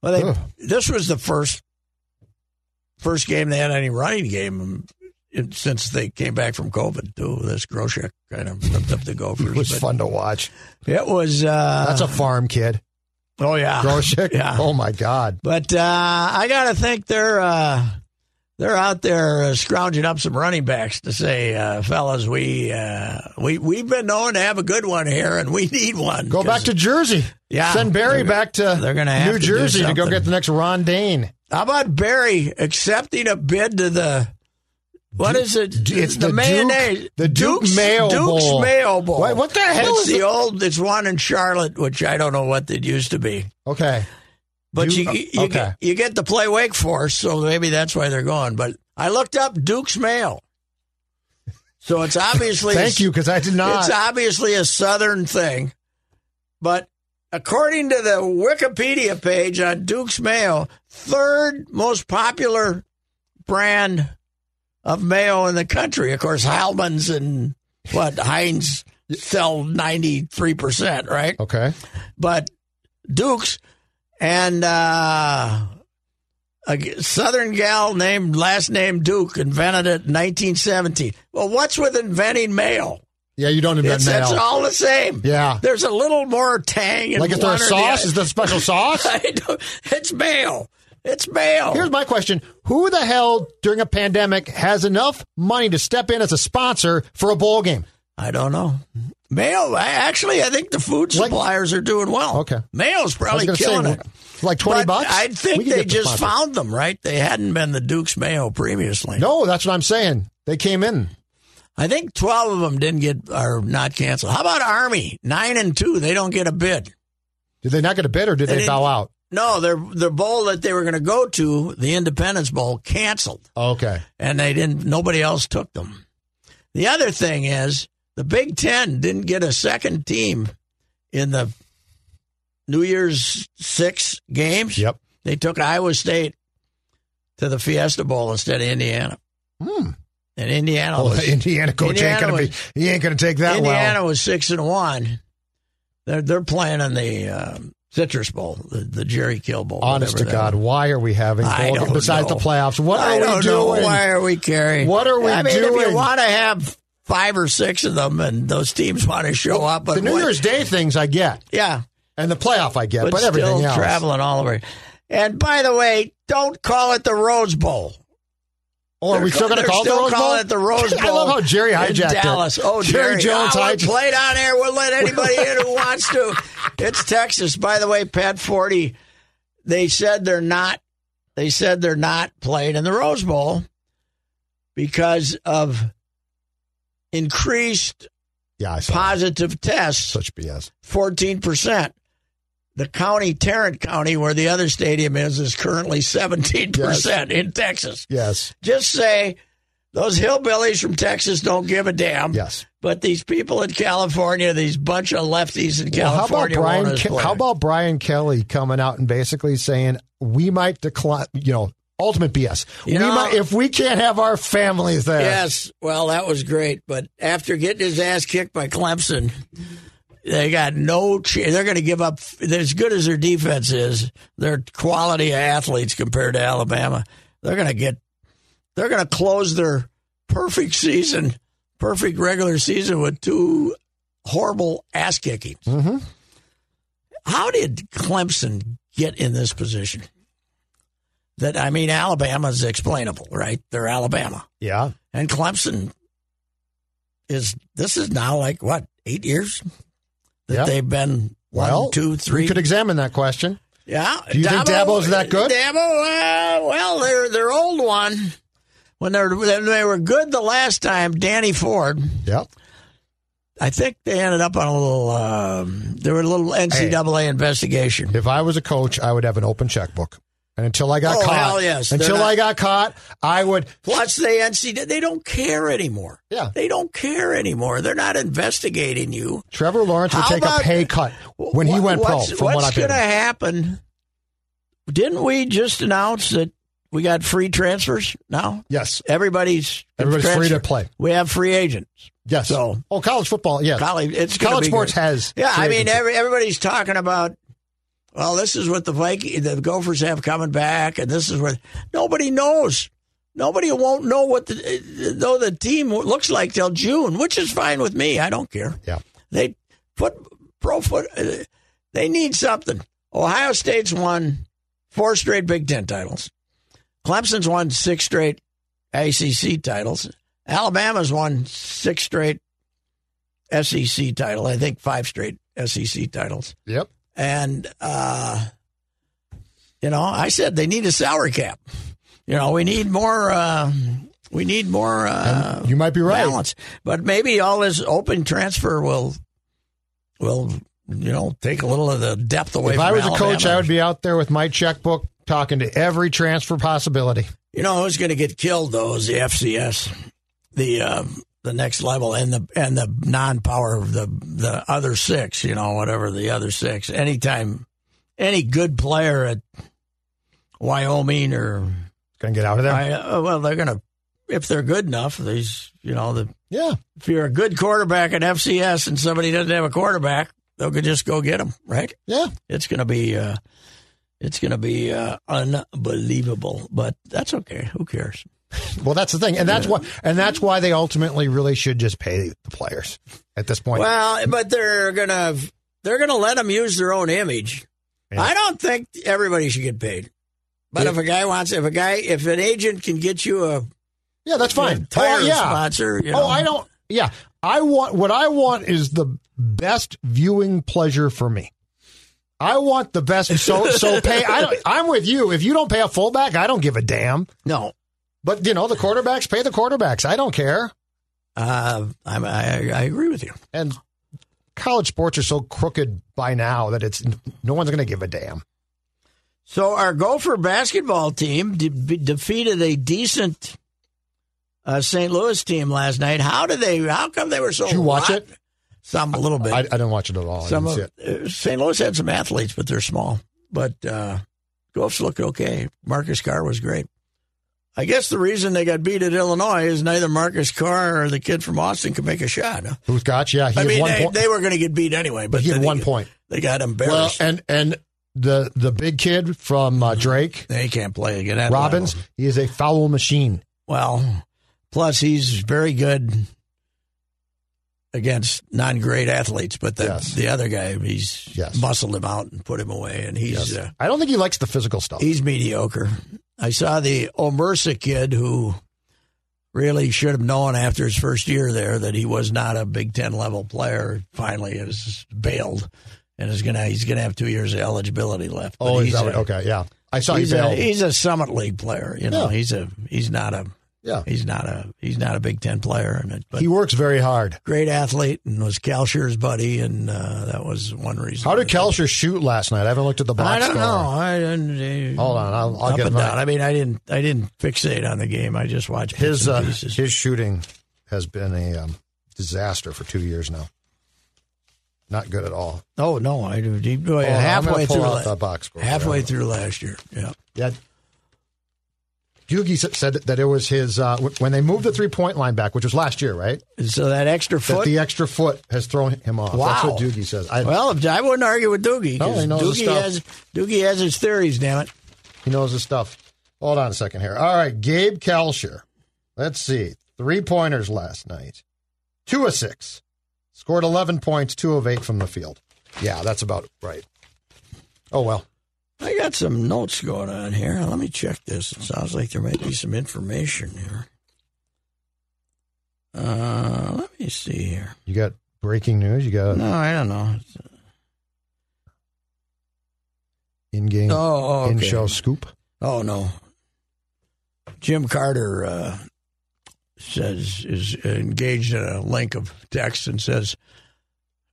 Speaker 3: well, they,
Speaker 4: Ugh.
Speaker 3: this was the first first game they had any running game in- since they came back from COVID. Too this Groshek kind of ripped up the Gophers.
Speaker 4: It was
Speaker 3: but
Speaker 4: fun to watch.
Speaker 3: It was. Uh,
Speaker 4: That's a farm kid.
Speaker 3: oh yeah,
Speaker 4: Groshek.
Speaker 3: yeah.
Speaker 4: Oh my God.
Speaker 3: But uh, I gotta think they're uh, they're out there uh, scrounging up some running backs to say, uh, fellas, we uh, we we've been known to have a good one here, and we need one.
Speaker 4: Go back
Speaker 3: 'Cause-
Speaker 4: to Jersey.
Speaker 3: Yeah.
Speaker 4: Send Barry back to
Speaker 3: they're gonna have to
Speaker 4: New
Speaker 3: do
Speaker 4: Jersey to go
Speaker 3: something.
Speaker 4: get the next Ron Dane.
Speaker 3: How about Barry accepting a bid to the what is it?
Speaker 4: Du- it's
Speaker 3: the,
Speaker 4: the
Speaker 3: mayonnaise.
Speaker 4: Duke- the Duke
Speaker 3: Duke's,
Speaker 4: Mayo
Speaker 3: Duke's
Speaker 4: Bowl.
Speaker 3: Mayo Bowl.
Speaker 4: What- what the hell
Speaker 3: It's
Speaker 4: is
Speaker 3: the
Speaker 4: it?
Speaker 3: old? It's one in Charlotte, which I don't know what it used to be.
Speaker 4: Okay.
Speaker 3: But
Speaker 4: Duke- uh,
Speaker 3: you you,
Speaker 4: okay.
Speaker 3: get, you get to play Wake Forest, so maybe that's why they're going. But I looked up Duke's Mayo, so it's obviously
Speaker 4: Thank you, because I did not.
Speaker 3: It's obviously a Southern thing, but according to the Wikipedia page on Duke's Mayo, third most popular brand of mayo in the country. Of course, Heilman's and what Heinz sell ninety three percent, right?
Speaker 4: okay.
Speaker 3: But Duke's and uh, a g- Southern gal named last name Duke invented it in nineteen seventeen. Well, what's with inventing mayo?
Speaker 4: Yeah, you don't invent
Speaker 3: It's,
Speaker 4: mail.
Speaker 3: it's all the same.
Speaker 4: Yeah.
Speaker 3: There's a little more tang. In
Speaker 4: like, is there
Speaker 3: one
Speaker 4: a
Speaker 3: or the
Speaker 4: sauce?
Speaker 3: other.
Speaker 4: Is there a special sauce?
Speaker 3: I don't- it's mail. It's mail.
Speaker 4: Here's my question: Who the hell during a pandemic has enough money to step in as a sponsor for a bowl game?
Speaker 3: I don't know. Mail. I, actually, I think the food
Speaker 4: Like-
Speaker 3: suppliers are doing well.
Speaker 4: Okay.
Speaker 3: Mail's
Speaker 4: I was
Speaker 3: probably
Speaker 4: gonna
Speaker 3: killing
Speaker 4: say,
Speaker 3: it.
Speaker 4: like twenty
Speaker 3: But
Speaker 4: bucks.
Speaker 3: I
Speaker 4: We
Speaker 3: think
Speaker 4: could
Speaker 3: they
Speaker 4: get the
Speaker 3: just
Speaker 4: sponsor.
Speaker 3: found them, right? They hadn't been the Duke's Mail previously.
Speaker 4: No, that's what I'm saying. They came in.
Speaker 3: I think 12 of them didn't get, are not canceled. How about Army? Nine and two. They don't get a bid.
Speaker 4: Did they not get a bid, or did
Speaker 3: They
Speaker 4: they,
Speaker 3: didn't-
Speaker 4: bow out?
Speaker 3: No, their, their bowl that they were going to go to, the Independence Bowl, canceled.
Speaker 4: Okay.
Speaker 3: and they didn't. Nobody else took them. The other thing is the Big Ten didn't get a second team in the New Year's six games.
Speaker 4: Yep.
Speaker 3: They took Iowa State to the Fiesta Bowl instead of Indiana.
Speaker 4: Hmm.
Speaker 3: And Indiana
Speaker 4: Oh,
Speaker 3: was
Speaker 4: the Indiana coach ain't
Speaker 3: Indiana
Speaker 4: gonna be.
Speaker 3: was-
Speaker 4: He ain't gonna take that
Speaker 3: Indiana
Speaker 4: well.
Speaker 3: was six and one. They're they're playing in the um, Citrus Bowl, the, the Jerry Kill Bowl.
Speaker 4: Honest to
Speaker 3: whatever that
Speaker 4: God, why are we having
Speaker 3: I
Speaker 4: bowl
Speaker 3: don't
Speaker 4: besides
Speaker 3: know.
Speaker 4: the playoffs? What
Speaker 3: I
Speaker 4: are
Speaker 3: don't
Speaker 4: we
Speaker 3: know.
Speaker 4: doing?
Speaker 3: Why are we carrying?
Speaker 4: What are we
Speaker 3: I mean, if
Speaker 4: doing?
Speaker 3: you want to have five or six of them, and those teams want to show up, but
Speaker 4: the New
Speaker 3: what-
Speaker 4: Year's Day things I get,
Speaker 3: yeah,
Speaker 4: and the playoff I get,
Speaker 3: but,
Speaker 4: but, everything
Speaker 3: still
Speaker 4: else.
Speaker 3: traveling all over. And by the way, don't call it the Rose Bowl.
Speaker 4: Or Oh, are we
Speaker 3: They're
Speaker 4: still going to
Speaker 3: they're
Speaker 4: call it the
Speaker 3: still
Speaker 4: Rose Bowl?
Speaker 3: calling it the Rose
Speaker 4: I love
Speaker 3: Bowl
Speaker 4: how Jerry
Speaker 3: in
Speaker 4: hijacked it.
Speaker 3: Dallas. Oh,
Speaker 4: Jerry, Jones
Speaker 3: oh, we'll
Speaker 4: hijacked.
Speaker 3: Play down there. We'll let anybody in who wants to. It's Texas. By the way, Pat Forty, they said they're not. They said they're not playing in the Rose Bowl because of increased
Speaker 4: Yeah, I saw. that.
Speaker 3: positive tests,
Speaker 4: Such BS.
Speaker 3: fourteen percent. The county, Tarrant County, where the other stadium is, is currently seventeen percent in Texas.
Speaker 4: Yes.
Speaker 3: Just say those hillbillies from Texas don't give a damn.
Speaker 4: Yes.
Speaker 3: But these people in California, these bunch of lefties in
Speaker 4: Well, how about
Speaker 3: California,
Speaker 4: Brian?
Speaker 3: want us
Speaker 4: Ke-
Speaker 3: playing.
Speaker 4: how about Brian Kelly coming out and basically saying we might decline? You know, ultimate BS.
Speaker 3: You
Speaker 4: we
Speaker 3: know-
Speaker 4: might if we can't have our families there.
Speaker 3: Yes, well, that was great, but after getting his ass kicked by Clemson, they got no. Ch- they're going to give up. They're As good as their defense is, their quality of athletes compared to Alabama, they're going to get. They're going to close their perfect season, perfect regular season with two horrible ass kickings.
Speaker 4: Mhm.
Speaker 3: How did Clemson get in this position? That I mean, Alabama's explainable, right? They're Alabama.
Speaker 4: Yeah.
Speaker 3: And Clemson is this is now like what eight years that
Speaker 4: Yeah.
Speaker 3: they've been one,
Speaker 4: Well,
Speaker 3: two, three.
Speaker 4: We could examine that question.
Speaker 3: yeah.
Speaker 4: Do you think Dabo's that good?
Speaker 3: Dabo, uh, well, their their old one when they when they were good the last time, Danny Ford.
Speaker 4: Yep.
Speaker 3: I think they ended up on a little. Um, there were a little NCAA investigation.
Speaker 4: If I was a coach, I would have an open checkbook. And until I got
Speaker 3: Oh,
Speaker 4: caught,
Speaker 3: hell yes. They're
Speaker 4: until
Speaker 3: not-
Speaker 4: I got caught, I would.
Speaker 3: Plus, they NCAA they don't care anymore.
Speaker 4: Yeah.
Speaker 3: they don't care anymore. They're not investigating you.
Speaker 4: Trevor Lawrence would
Speaker 3: How
Speaker 4: take
Speaker 3: about-
Speaker 4: a pay cut when he
Speaker 3: What-
Speaker 4: went pro.
Speaker 3: what's,
Speaker 4: From what I've
Speaker 3: going to
Speaker 4: been.
Speaker 3: happen? Didn't we just announce that we got free transfers now?
Speaker 4: Yes.
Speaker 3: Everybody's
Speaker 4: Everybody's free
Speaker 3: transfer-
Speaker 4: to play.
Speaker 3: We have free agents.
Speaker 4: Yes.
Speaker 3: So-
Speaker 4: oh, college football. Yes.
Speaker 3: College, it's gonna
Speaker 4: college
Speaker 3: be
Speaker 4: sports
Speaker 3: good.
Speaker 4: has.
Speaker 3: Yeah,
Speaker 4: free
Speaker 3: I mean,
Speaker 4: agency.
Speaker 3: every, everybody's talking about. Well, this is what the Viking, the Gophers have coming back, and this is what nobody knows. Nobody won't know what the know the team looks like till June, which is fine with me. I don't care.
Speaker 4: Yeah.
Speaker 3: They put pro foot. uh, They need something. Ohio State's won four straight Big Ten titles. Clemson's won six straight ACC titles. Alabama's won E six straight SEC title. I think five straight SEC E titles.
Speaker 4: Yep.
Speaker 3: And, uh, you know, I said they need a salary cap. You know, we need more. Uh, we need more. Uh,
Speaker 4: you might be right.
Speaker 3: Balance, but maybe all this open transfer will, will you know, take a little of the depth away.
Speaker 4: If
Speaker 3: from
Speaker 4: I was a
Speaker 3: Alabama.
Speaker 4: coach, I would be out there with my checkbook talking to every transfer possibility.
Speaker 3: You know who's going to get killed though is the FCS, the uh, the next level, and the and the non-power of the the other six. You know, whatever the other six. Anytime, any good player at Wyoming or
Speaker 4: Going to get out of there.
Speaker 3: I, uh, well, they're going to if they're good enough. These you know the
Speaker 4: yeah.
Speaker 3: if you're a good quarterback at FCS and somebody doesn't have a quarterback, they'll go- just go get him. Right?
Speaker 4: Yeah.
Speaker 3: It's going to be. Uh, it's going to be uh, unbelievable, but that's okay. Who cares?
Speaker 4: Well, that's the thing, and that's why, and that's why they ultimately really should just pay the players at this point.
Speaker 3: Well, but they're gonna they're gonna let them use their own image.
Speaker 4: Yeah.
Speaker 3: I don't think everybody should get paid. But if a guy wants, if a guy, if an agent can get you a
Speaker 4: yeah, that's fine.
Speaker 3: tire
Speaker 4: Oh, yeah.
Speaker 3: sponsor, you know,
Speaker 4: Oh, I don't. Yeah, I want what I want is the best viewing pleasure for me. I want the best. So so pay. I don't, I'm with you. If you don't pay a fullback, I don't give a damn.
Speaker 3: no,
Speaker 4: But you know the quarterbacks pay the quarterbacks. I don't care.
Speaker 3: uh, I, I I agree with you.
Speaker 4: And college sports are so crooked by now that it's no one's going to give a damn.
Speaker 3: So our Gopher basketball team de- be- defeated a decent uh, St. Louis team last night. How did they? How come they were so?
Speaker 4: Did you watch
Speaker 3: rotten?
Speaker 4: it?
Speaker 3: Some a little bit.
Speaker 4: I, I didn't watch it at all. I
Speaker 3: Some
Speaker 4: didn't
Speaker 3: of,
Speaker 4: see it.
Speaker 3: uh, St. Louis had some athletes, but they're small. But uh, Goffs looked okay. Marcus Carr was great. I guess the reason they got beat at Illinois is neither Marcus Carr or the kid from Austin could make a shot. huh?
Speaker 4: Booth Gotch, yeah, he
Speaker 3: I
Speaker 4: had
Speaker 3: mean,
Speaker 4: one
Speaker 3: they,
Speaker 4: point.
Speaker 3: they were going to get beat anyway, but
Speaker 4: he had
Speaker 3: then they
Speaker 4: one
Speaker 3: got-
Speaker 4: point.
Speaker 3: They got
Speaker 4: Well,
Speaker 3: embarrassed.
Speaker 4: and and the the big kid from
Speaker 3: Mm-hmm.
Speaker 4: uh, Drake
Speaker 3: they can't play again. at
Speaker 4: Robbins,
Speaker 3: level.
Speaker 4: he is a foul machine.
Speaker 3: Well, plus he's very good against non-great athletes, but the,
Speaker 4: Yes.
Speaker 3: the other guy, he's
Speaker 4: Yes.
Speaker 3: muscled him out and put him away, and he's. Uh,
Speaker 4: I don't think he likes the physical stuff.
Speaker 3: He's mediocre. I saw the Omersa kid who really should have known after his first year there that he was not a Big Ten level player. Finally, is bailed and is gonna he's gonna have two years of eligibility left. But
Speaker 4: oh, is
Speaker 3: he's
Speaker 4: that
Speaker 3: a-
Speaker 4: what- okay, yeah. I saw he
Speaker 3: He's a,
Speaker 4: bailed.
Speaker 3: he's a Summit League player. You know,
Speaker 4: Yeah.
Speaker 3: he's a he's not a
Speaker 4: yeah,
Speaker 3: he's not a he's not a Big Ten player. And it, but
Speaker 4: he works very hard.
Speaker 3: great athlete and was Kalsher's buddy, and uh, that was one reason.
Speaker 4: How did
Speaker 3: that-
Speaker 4: Kelscher shoot last night? I haven't looked at the box
Speaker 3: I don't
Speaker 4: score.
Speaker 3: know. I didn't.
Speaker 4: Hold on, I'll- I'll
Speaker 3: up
Speaker 4: get
Speaker 3: and
Speaker 4: my-
Speaker 3: down. I mean, I didn't. I didn't fixate on the game. I just watched bits
Speaker 4: His
Speaker 3: and
Speaker 4: uh,
Speaker 3: pieces.
Speaker 4: his shooting has been a um, disaster for two years now. Not good at all.
Speaker 3: oh no, I do. He,
Speaker 4: Hold on, I'm
Speaker 3: halfway
Speaker 4: gonna pull
Speaker 3: through.
Speaker 4: out
Speaker 3: la-
Speaker 4: the box score.
Speaker 3: halfway through last year. Yeah.
Speaker 4: Yeah. Doogie s- said that it was his uh, w- when they moved the three point line back, which was last year, right?
Speaker 3: And so that extra
Speaker 4: That
Speaker 3: foot.
Speaker 4: the extra foot has thrown him off.
Speaker 3: wow.
Speaker 4: That's what Doogie says. I,
Speaker 3: well, I wouldn't argue with Doogie.
Speaker 4: No,
Speaker 3: 'cause
Speaker 4: he knows his
Speaker 3: Doogie
Speaker 4: stuff.
Speaker 3: has Doogie has his theories. Damn it.
Speaker 4: He knows his stuff. Hold on a second here. All right, Gabe Kalsher. Let's see. Three pointers last night. Two of six. Scored 11 points, two of eight from the field. Yeah, that's about right. Oh, well.
Speaker 3: I got some notes going on here. Let me check this. It sounds like there might be some information here. Uh, let me see here.
Speaker 4: You got breaking news. You got
Speaker 3: No, I don't know.
Speaker 4: in game,
Speaker 3: Oh, oh,
Speaker 4: in
Speaker 3: okay.
Speaker 4: show scoop.
Speaker 3: Oh no. Jim Carter uh, says is engaged in a link of text and says,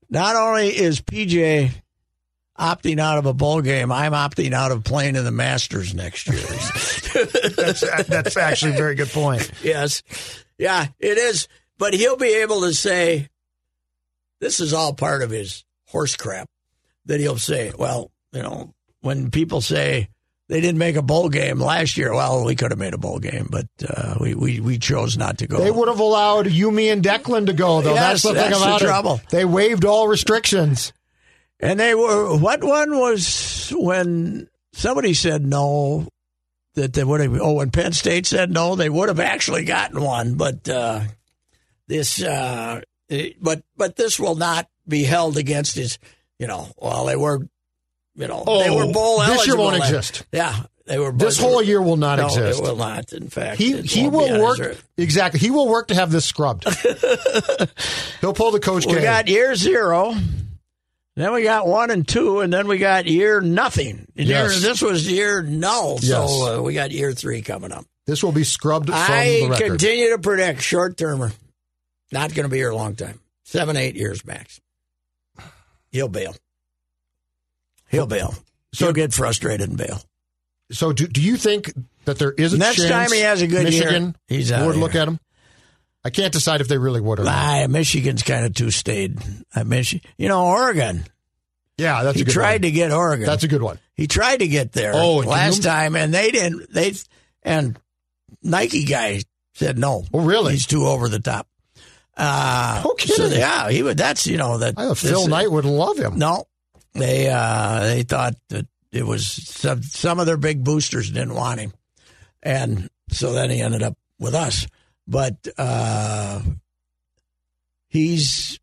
Speaker 3: "Not only is PJ opting out of a bowl game, I'm opting out of playing in the Masters next year."
Speaker 4: That's, that's actually a very good point.
Speaker 3: yes, yeah, it is. But he'll be able to say, "This is all part of his horse crap." That he'll say, "Well, you know, when people say." they didn't make a bowl game last year. Well, we could have made a bowl game, but uh, we, we we chose not to go.
Speaker 4: They would have allowed Yumi and Declan to go, though.
Speaker 3: Yes,
Speaker 4: that's the thing
Speaker 3: that's the
Speaker 4: about it.
Speaker 3: trouble.
Speaker 4: They waived all restrictions.
Speaker 3: and they were. What one was when somebody said no that they would have? Oh, when Penn State said no, they would have actually gotten one. But uh, this, uh, it- but but this will not be held against his. You know, well, they were, you know, they
Speaker 4: Oh,
Speaker 3: were bowl
Speaker 4: this year
Speaker 3: eligible
Speaker 4: won't
Speaker 3: last-
Speaker 4: exist.
Speaker 3: Yeah, they were.
Speaker 4: This
Speaker 3: they were-
Speaker 4: whole year will not
Speaker 3: no,
Speaker 4: exist.
Speaker 3: It will not. In fact,
Speaker 4: He
Speaker 3: it
Speaker 4: he
Speaker 3: won't be on
Speaker 4: will
Speaker 3: his
Speaker 4: work
Speaker 3: earth.
Speaker 4: exactly. He will work to have this scrubbed. He'll pull the coach.
Speaker 3: We
Speaker 4: K.
Speaker 3: got year zero. Then we got one and two, and then we got year nothing. Year-
Speaker 4: Yes.
Speaker 3: This was year null,
Speaker 4: Yes.
Speaker 3: so uh, we got year three coming up.
Speaker 4: This will be scrubbed from the
Speaker 3: I
Speaker 4: record.
Speaker 3: continue to predict short termer. Not going to be here a long time. Seven, eight years max. He'll bail. He'll bail.
Speaker 4: So-
Speaker 3: He'll get frustrated and bail.
Speaker 4: so, do, do you think that there is a
Speaker 3: Next
Speaker 4: chance
Speaker 3: time he has a good year,
Speaker 4: Michigan
Speaker 3: he's out
Speaker 4: would
Speaker 3: of here.
Speaker 4: look at him? I can't decide if they really would or not.
Speaker 3: Ah, Michigan's kind of too stayed. I Michi- you know, Oregon.
Speaker 4: Yeah, that's
Speaker 3: he
Speaker 4: a good
Speaker 3: tried
Speaker 4: one.
Speaker 3: to get Oregon.
Speaker 4: That's a good one.
Speaker 3: He tried to get there
Speaker 4: Oh, and
Speaker 3: last
Speaker 4: Hume?
Speaker 3: time, and they didn't. They and Nike guy said no.
Speaker 4: Oh, really?
Speaker 3: He's too over the top. Uh,
Speaker 4: No kidding.
Speaker 3: so, yeah, he would. That's you know that
Speaker 4: I thought
Speaker 3: this-
Speaker 4: Phil Knight would love him.
Speaker 3: No, they uh, they thought that it was some some of their big boosters didn't want him, and so then he ended up with us. But uh, he's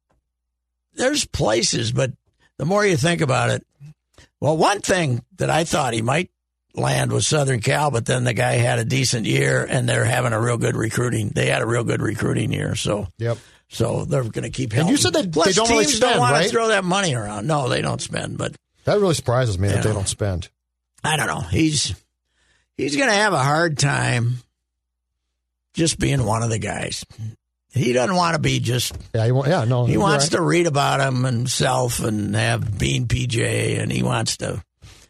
Speaker 3: there's places, but the more you think about it, well, one thing that I thought he might land was Southern Cal, but then the guy had a decent year, and they're having a real good recruiting. They had a real good recruiting year, so
Speaker 4: Yep.
Speaker 3: so they're going to keep.
Speaker 4: And you
Speaker 3: helping.
Speaker 4: said that
Speaker 3: Plus,
Speaker 4: they don't really
Speaker 3: teams
Speaker 4: spend,
Speaker 3: don't want
Speaker 4: right?
Speaker 3: to throw that money around. No, they don't spend. But
Speaker 4: That really surprises me that they
Speaker 3: Yeah.
Speaker 4: don't spend.
Speaker 3: I don't know. He's he's going to have a hard time just being one of the guys. He doesn't want to be just.
Speaker 4: Yeah, he, won't- yeah, no.
Speaker 3: He
Speaker 4: Oh, you're
Speaker 3: wants
Speaker 4: right.
Speaker 3: to read about him himself and have Bean PJ, and he wants to.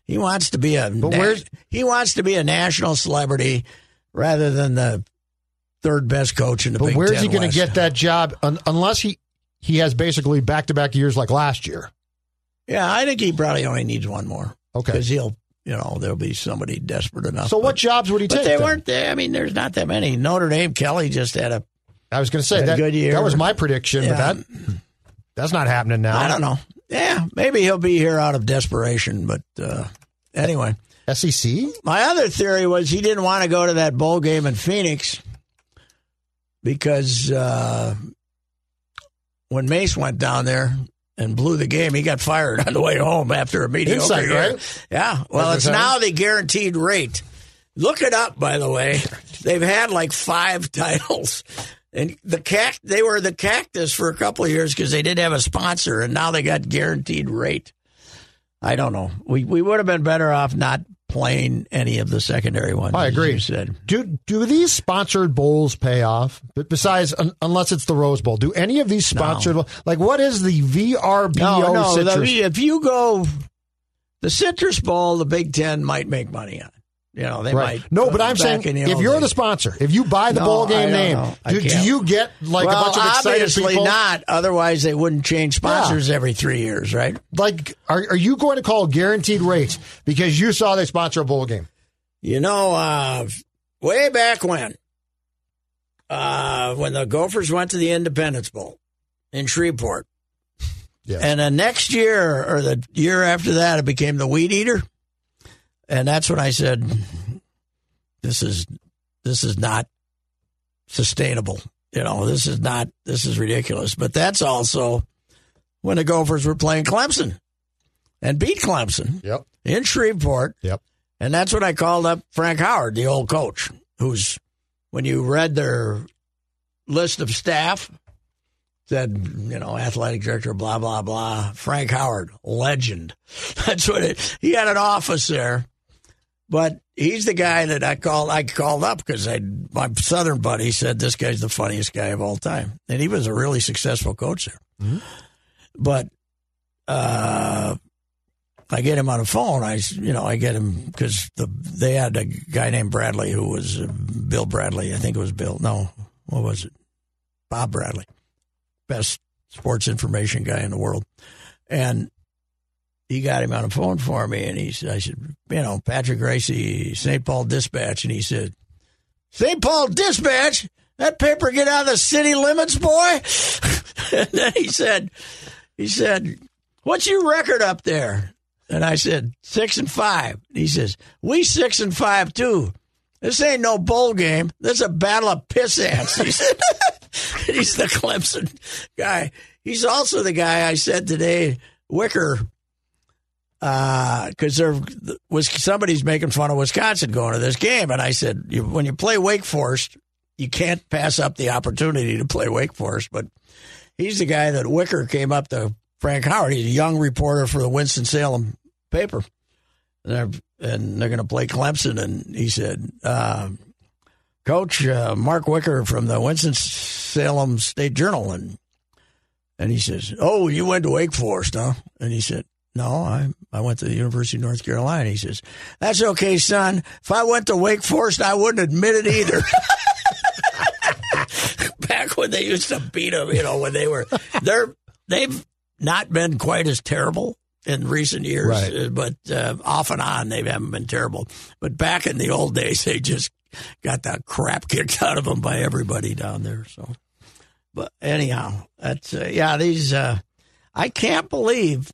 Speaker 3: He wants to be a.
Speaker 4: But where's-
Speaker 3: he wants to be a national celebrity rather than the third best coach in the
Speaker 4: But
Speaker 3: Big
Speaker 4: where's
Speaker 3: Ten
Speaker 4: he going to
Speaker 3: West.
Speaker 4: get that job un- unless he he has basically back to back years like last year?
Speaker 3: Yeah, I think he probably only needs one more.
Speaker 4: Okay.
Speaker 3: because he'll, you know, there'll be somebody desperate enough.
Speaker 4: So
Speaker 3: Oh, But-
Speaker 4: what jobs would he
Speaker 3: But
Speaker 4: take?
Speaker 3: they
Speaker 4: then?
Speaker 3: weren't there. I mean, there's not that many. Notre Dame Kelly just had a.
Speaker 4: I was going to say
Speaker 3: Had a
Speaker 4: that
Speaker 3: good year.
Speaker 4: that was my prediction,
Speaker 3: Yeah.
Speaker 4: but that that's not happening now.
Speaker 3: I don't know. Yeah, maybe he'll be here out of desperation. But uh, anyway,
Speaker 4: SEC?
Speaker 3: my other theory was he didn't want to go to that bowl game in Phoenix because uh, when Mace went down there. And blew the game. He got fired on the way home after a mediocre
Speaker 4: Insight,
Speaker 3: year.
Speaker 4: right?
Speaker 3: Yeah. Well,
Speaker 4: Every
Speaker 3: it's
Speaker 4: time.
Speaker 3: now the guaranteed rate. Look it up, by the way. They've had like five titles, and the cact they were the cactus for a couple of years because they didn't have a sponsor, and now they got guaranteed rate. I don't know. We we would have been better off not playing any of the secondary ones.
Speaker 4: I
Speaker 3: as
Speaker 4: agree.
Speaker 3: You said
Speaker 4: Do do these sponsored bowls pay off? But besides, un, unless it's the Rose Bowl, do any of these sponsored like what is the VRBO
Speaker 3: no, no. the-
Speaker 4: citrus?
Speaker 3: if you go the Citrus Bowl, the Big Ten might make money on. it. You know they
Speaker 4: right.
Speaker 3: might.
Speaker 4: No,
Speaker 3: put
Speaker 4: but
Speaker 3: it
Speaker 4: I'm
Speaker 3: back in
Speaker 4: saying if
Speaker 3: old
Speaker 4: you're
Speaker 3: days.
Speaker 4: the sponsor, if you buy the
Speaker 3: No,
Speaker 4: bowl game
Speaker 3: I don't
Speaker 4: name,
Speaker 3: know. I
Speaker 4: do, do
Speaker 3: can't.
Speaker 4: you get like
Speaker 3: well,
Speaker 4: a bunch of excited
Speaker 3: obviously
Speaker 4: people?
Speaker 3: not. Otherwise, they wouldn't change sponsors every three years, right?
Speaker 4: Like, are, are you going to call guaranteed rates because you saw they sponsor a bowl game?
Speaker 3: You know, uh, way back when, uh, when the Gophers went to the Independence Bowl in Shreveport,
Speaker 4: Yes.
Speaker 3: and the next year or the year after that, it became the Weed Eater, and that's when I said, "This is this is not sustainable." You know, this is not this is ridiculous. But that's also when the Gophers were playing Clemson and beat Clemson
Speaker 4: yep.
Speaker 3: in Shreveport.
Speaker 4: Yep.
Speaker 3: And that's when I called up Frank Howard, the old coach, who's when you read their list of staff, said, you know, athletic director, blah, blah, blah. Frank Howard, legend. That's what it he had an office there. But he's the guy that I called I called up because I my southern buddy said this guy's the funniest guy of all time. And he was a really successful coach there. But uh I get him on the phone. I, s- you know, I get him because the, they had a guy named Bradley who was uh, Bill Bradley. I think it was Bill. No, what was it? Bob Bradley, best sports information guy in the world. And he got him on the phone for me. And he said, I said, you know, Patrick Gracie, St. Paul Dispatch. And he said, St. Paul Dispatch, that paper get out of the city limits, boy. and then he said, he said, What's your record up there? And I said, Six and five. And he says, We six and five too. This ain't no bowl game. This is a battle of piss ants. He said, He's the Clemson guy. He's also the guy I said today, Wicker, because there was somebody's making fun of Wisconsin going to this game, and I said, you, when you play Wake Forest, you can't pass up the opportunity to play Wake Forest. But he's the guy that Wicker came up to Frank Howard. He's a young reporter for the Winston Salem paper, and they're, and they're going to play Clemson. And he said, uh, "Coach uh, Mark Wicker from the Winston Salem State Journal," and and he says, "Oh, you went to Wake Forest, huh?" And he said, "No, I I went to the University of North Carolina." He says, "That's okay, son. If I went to Wake Forest, I wouldn't admit it either." back when they used to beat them, you know, when they were they're they've not been quite as terrible in recent years,
Speaker 4: Right.
Speaker 3: uh, but uh, off and on they haven't been terrible. But back in the old days, they just got the crap kicked out of them by everybody down there. So, but anyhow, that's uh, yeah. These uh, I can't believe.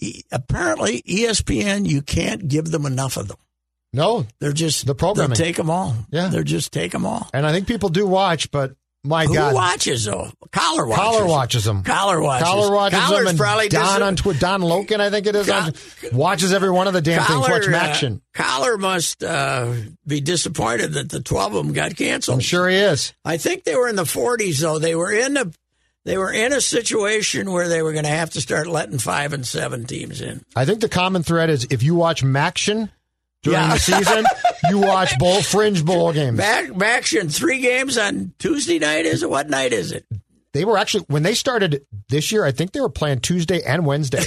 Speaker 3: E- apparently, E ESPN, you can't give them enough of them.
Speaker 4: No,
Speaker 3: They're just
Speaker 4: The programming.
Speaker 3: they'll Take them all.
Speaker 4: Yeah.
Speaker 3: they're just take them all.
Speaker 4: and I think people do watch, but my
Speaker 3: Who
Speaker 4: God,
Speaker 3: watches though? Collar watches.
Speaker 4: Collar watches them.
Speaker 3: Collar watches.
Speaker 4: Collar watches
Speaker 3: Collar's
Speaker 4: them, and
Speaker 3: probably
Speaker 4: Don
Speaker 3: dis-
Speaker 4: on Twitter, Don Loken, I think it is, on, watches every one of the damn things. Watch
Speaker 3: uh,
Speaker 4: Maction.
Speaker 3: Collar must uh, be disappointed that the twelve of them got canceled.
Speaker 4: I'm sure he is.
Speaker 3: I think they were in the forties though. They were in the they were in a situation where they were going to have to start letting five and seven teams in.
Speaker 4: I think the common thread is if you watch Maction during
Speaker 3: Yeah.
Speaker 4: the season, you watch bowl fringe bowl games.
Speaker 3: Back, action three games on Tuesday night is it? What night is it?
Speaker 4: They were actually when they started this year. I think they were playing Tuesday and Wednesday,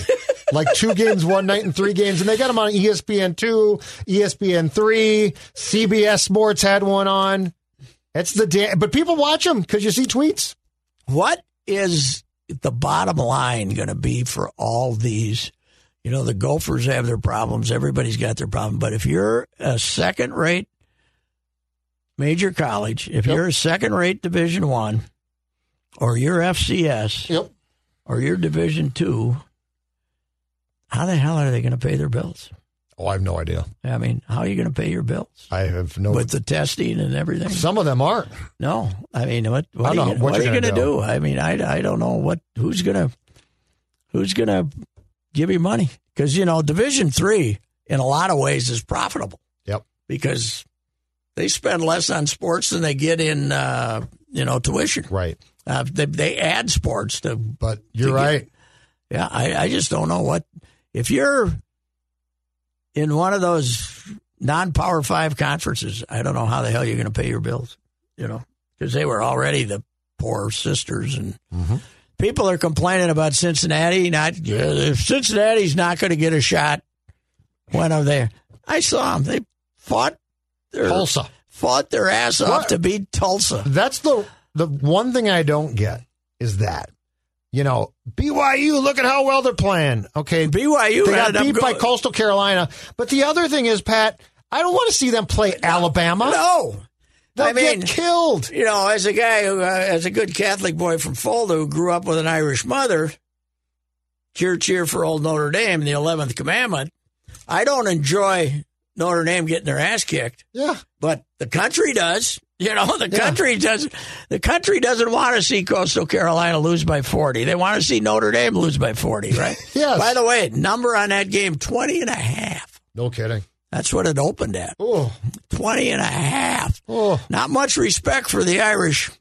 Speaker 4: like two games one night and three games, and they got them on E ESPN two, E ESPN three, CBS Sports had one on. It's the damn, but people watch them because you see tweets.
Speaker 3: what is the bottom line going to be for all these? You know, the Gophers have their problems. Everybody's got their problem. But if you're a second rate major college, if
Speaker 4: Yep.
Speaker 3: you're a second rate Division One, or you're FCS,
Speaker 4: Yep.
Speaker 3: or you're Division Two, how the hell are they going to pay their bills?
Speaker 4: Oh, I have no idea.
Speaker 3: I mean, how are you going to pay your bills
Speaker 4: I have no.
Speaker 3: with the testing and everything?
Speaker 4: some of them aren't.
Speaker 3: No, I mean, what
Speaker 4: I
Speaker 3: what
Speaker 4: don't
Speaker 3: are
Speaker 4: know
Speaker 3: you,
Speaker 4: what
Speaker 3: what are
Speaker 4: you're
Speaker 3: you going to
Speaker 4: gonna
Speaker 3: do? I mean, I, I don't know what who's going to who's going to give you money because you know Division three in a lot of ways is profitable
Speaker 4: Yep.
Speaker 3: because they spend less on sports than they get in uh, you know tuition.
Speaker 4: Right.
Speaker 3: Uh, they, they add sports to
Speaker 4: But you're
Speaker 3: To get-
Speaker 4: right.
Speaker 3: yeah, I, I just don't know what if you're in one of those non-power five conferences. I don't know how the hell you're going to pay your bills, you know, because they were already the poor sisters and
Speaker 4: Mm-hmm.
Speaker 3: people are complaining about Cincinnati. Not if Cincinnati's not going to get a shot when I'm there. I saw them. They fought their
Speaker 4: Tulsa.
Speaker 3: fought their ass off
Speaker 4: What?
Speaker 3: to beat Tulsa.
Speaker 4: That's the the one thing I don't get is that you know BYU. Look at how well they're playing. Okay,
Speaker 3: BYU
Speaker 4: they
Speaker 3: ended
Speaker 4: got
Speaker 3: up
Speaker 4: beat by
Speaker 3: go-
Speaker 4: Coastal Carolina. But the other thing is, Pat, I don't want to see them play Alabama.
Speaker 3: No,
Speaker 4: They'll
Speaker 3: I mean-
Speaker 4: get killed.
Speaker 3: you know, as a guy who, uh, as a good Catholic boy from Fulda who grew up with an Irish mother, cheer, cheer for old Notre Dame, the 11th commandment. I don't enjoy Notre Dame getting their ass kicked,
Speaker 4: Yeah,
Speaker 3: but the country does. You know, the
Speaker 4: Yeah.
Speaker 3: country does. The country doesn't want to see Coastal Carolina lose by 40. They want to see Notre Dame lose by 40, right?
Speaker 4: Yes.
Speaker 3: By the way, number on that game, 20 and a half.
Speaker 4: no kidding.
Speaker 3: That's what it opened at.
Speaker 4: Oh,
Speaker 3: 20 and a half.
Speaker 4: oh,
Speaker 3: Not much respect for the Irish.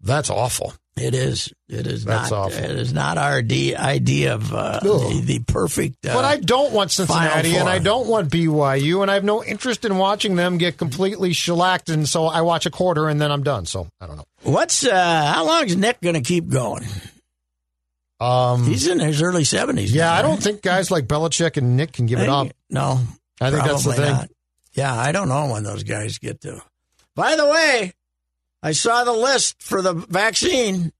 Speaker 4: that's awful.
Speaker 3: It is. It is
Speaker 4: That's
Speaker 3: not.
Speaker 4: awful.
Speaker 3: It is not our d- idea of uh,
Speaker 4: No.
Speaker 3: the, the perfect. Uh,
Speaker 4: But I don't want Cincinnati,
Speaker 3: Final
Speaker 4: and
Speaker 3: four.
Speaker 4: I don't want BYU, and I have no interest in watching them get completely shellacked. And so I watch a quarter, and then I'm done. So I don't know.
Speaker 3: what's uh, how long is Nick going to keep going?
Speaker 4: Um,
Speaker 3: He's in his early seventies.
Speaker 4: yeah, I don't think guys like Belichick and Nick can give it up.
Speaker 3: No,
Speaker 4: I think that's the
Speaker 3: probably
Speaker 4: thing.
Speaker 3: not. Yeah, I don't know when those guys get to. By the way, I saw the list for the vaccine.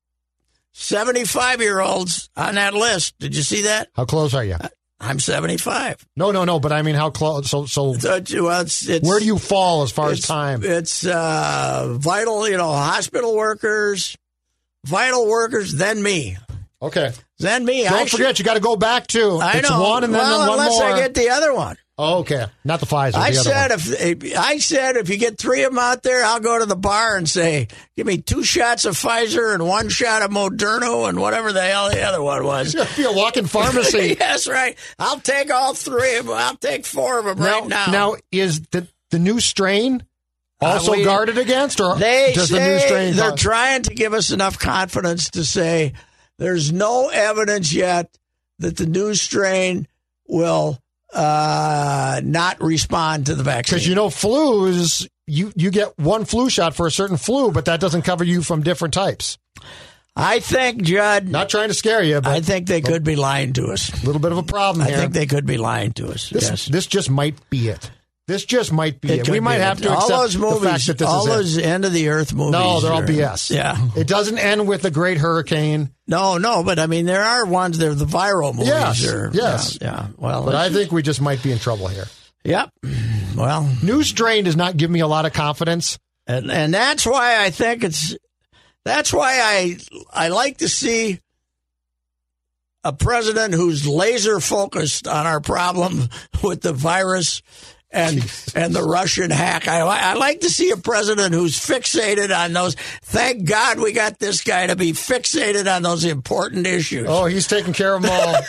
Speaker 3: Seventy-five year olds on that list. Did you see that?
Speaker 4: How close are you?
Speaker 3: Uh, I'm seventy-five.
Speaker 4: No, no, no. But I mean, how close? So, so
Speaker 3: So, well, it's, it's,
Speaker 4: where do you fall as far as
Speaker 3: it's-
Speaker 4: time?
Speaker 3: It's uh, vital, you know, hospital workers, vital workers, then me.
Speaker 4: Okay.
Speaker 3: Then me. I
Speaker 4: Don't
Speaker 3: should-
Speaker 4: forget, you got to go back to
Speaker 3: I
Speaker 4: it's
Speaker 3: know.
Speaker 4: one and then,
Speaker 3: well,
Speaker 4: then one
Speaker 3: unless
Speaker 4: more.
Speaker 3: I get the other one.
Speaker 4: oh, okay, not the Pfizer.
Speaker 3: I
Speaker 4: the other
Speaker 3: said
Speaker 4: one.
Speaker 3: if, if I said if you get three of them out there, I'll go to the bar and say, "Give me two shots of Pfizer and one shot of Moderno and whatever the hell the other one was."
Speaker 4: You'll be a walking pharmacy
Speaker 3: yes, right. I'll take all three of them. I'll take four of them right now.
Speaker 4: Now is the the new strain also
Speaker 3: Uh, we-
Speaker 4: guarded against, or
Speaker 3: They
Speaker 4: does
Speaker 3: say
Speaker 4: the new strain?
Speaker 3: they're
Speaker 4: cause-
Speaker 3: trying to give us enough confidence to say There's no evidence yet that the new strain will uh, not respond to the vaccine.
Speaker 4: Because you know, flus, you, you get one flu shot for a certain flu, but that doesn't cover you from different types.
Speaker 3: I think, Judd,
Speaker 4: Not trying to scare you,
Speaker 3: I
Speaker 4: but
Speaker 3: think they could be lying to us.
Speaker 4: a little bit of a problem
Speaker 3: I
Speaker 4: here.
Speaker 3: think they could be lying to us.
Speaker 4: this,
Speaker 3: yes.
Speaker 4: this just might be it. This just might be
Speaker 3: It
Speaker 4: it.
Speaker 3: could
Speaker 4: We might
Speaker 3: be.
Speaker 4: have to
Speaker 3: all
Speaker 4: accept
Speaker 3: those movies,
Speaker 4: the fact that this
Speaker 3: all
Speaker 4: is it.
Speaker 3: those end of the earth movies.
Speaker 4: No, they're all
Speaker 3: are-
Speaker 4: BS.
Speaker 3: Yeah,
Speaker 4: It doesn't end with a great hurricane.
Speaker 3: no, no, but I mean, there are ones. They're the viral movies.
Speaker 4: Yes,
Speaker 3: or-
Speaker 4: yes.
Speaker 3: yeah, yeah. Well,
Speaker 4: But I
Speaker 3: it's-
Speaker 4: think we just might be in trouble here.
Speaker 3: yep. Well,
Speaker 4: New strain does not give me a lot of confidence.
Speaker 3: and and that's why I think it's that's why I I like to see a president who's laser focused on our problem with the virus and and the Russian hack. I li- I like to see a president who's fixated on those. Thank God we got this guy to be fixated on those important issues.
Speaker 4: Oh, he's taking care of them all.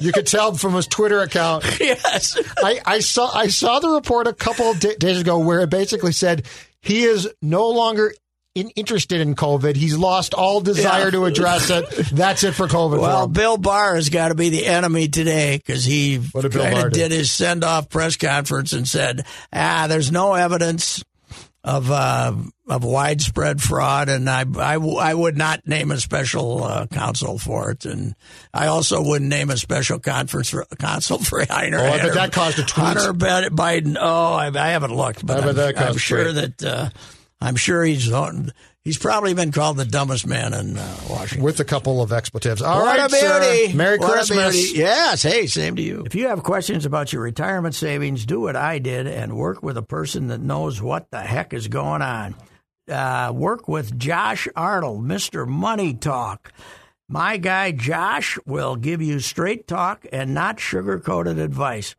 Speaker 4: you could tell from his Twitter account.
Speaker 3: Yes.
Speaker 4: I, I saw I saw the report a couple of da- days ago where it basically said he is no longer in, interested in COVID. He's lost all desire
Speaker 3: Yeah.
Speaker 4: to address it. That's it for COVID. for
Speaker 3: Well,
Speaker 4: him.
Speaker 3: Bill Barr has got to be the enemy today because he
Speaker 4: What did Bill Barr
Speaker 3: kind of
Speaker 4: do?
Speaker 3: did his send off press conference and said, "Ah, there's no evidence of uh, of widespread fraud, and I, I w- I would not name a special uh, counsel for it, and I also wouldn't name a special conference for, counsel for Hunter.
Speaker 4: Oh, I bet
Speaker 3: Hunter-
Speaker 4: that caused a tweet.
Speaker 3: Hunter Bi- Biden. Oh, I, I haven't looked,
Speaker 4: I
Speaker 3: but
Speaker 4: bet
Speaker 3: I'm,
Speaker 4: that caused
Speaker 3: I'm
Speaker 4: a
Speaker 3: sure
Speaker 4: tweet.
Speaker 3: that uh, I'm sure he's on. He's probably been called the dumbest man in uh, Washington.
Speaker 4: with a couple of expletives. All
Speaker 3: What
Speaker 4: right,
Speaker 3: a beauty.
Speaker 4: sir. Merry
Speaker 3: What a
Speaker 4: Christmas.
Speaker 3: beauty. Yes. Hey, same to you. If you have questions about your retirement savings, do what I did and work with a person that knows what the heck is going on. Uh, work with Josh Arnold, Mr. Money Talk. My guy Josh will give you straight talk and not sugar coated advice.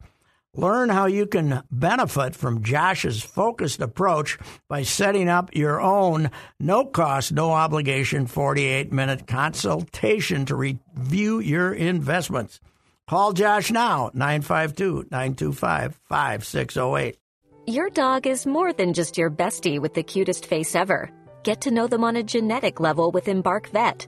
Speaker 3: Learn how you can benefit from Josh's focused approach by setting up your own no cost, no obligation 48 minute consultation to review your investments. Call Josh now, 952 925 5608.
Speaker 6: Your dog is more than just your bestie with the cutest face ever. Get to know them on a genetic level with Embark Vet.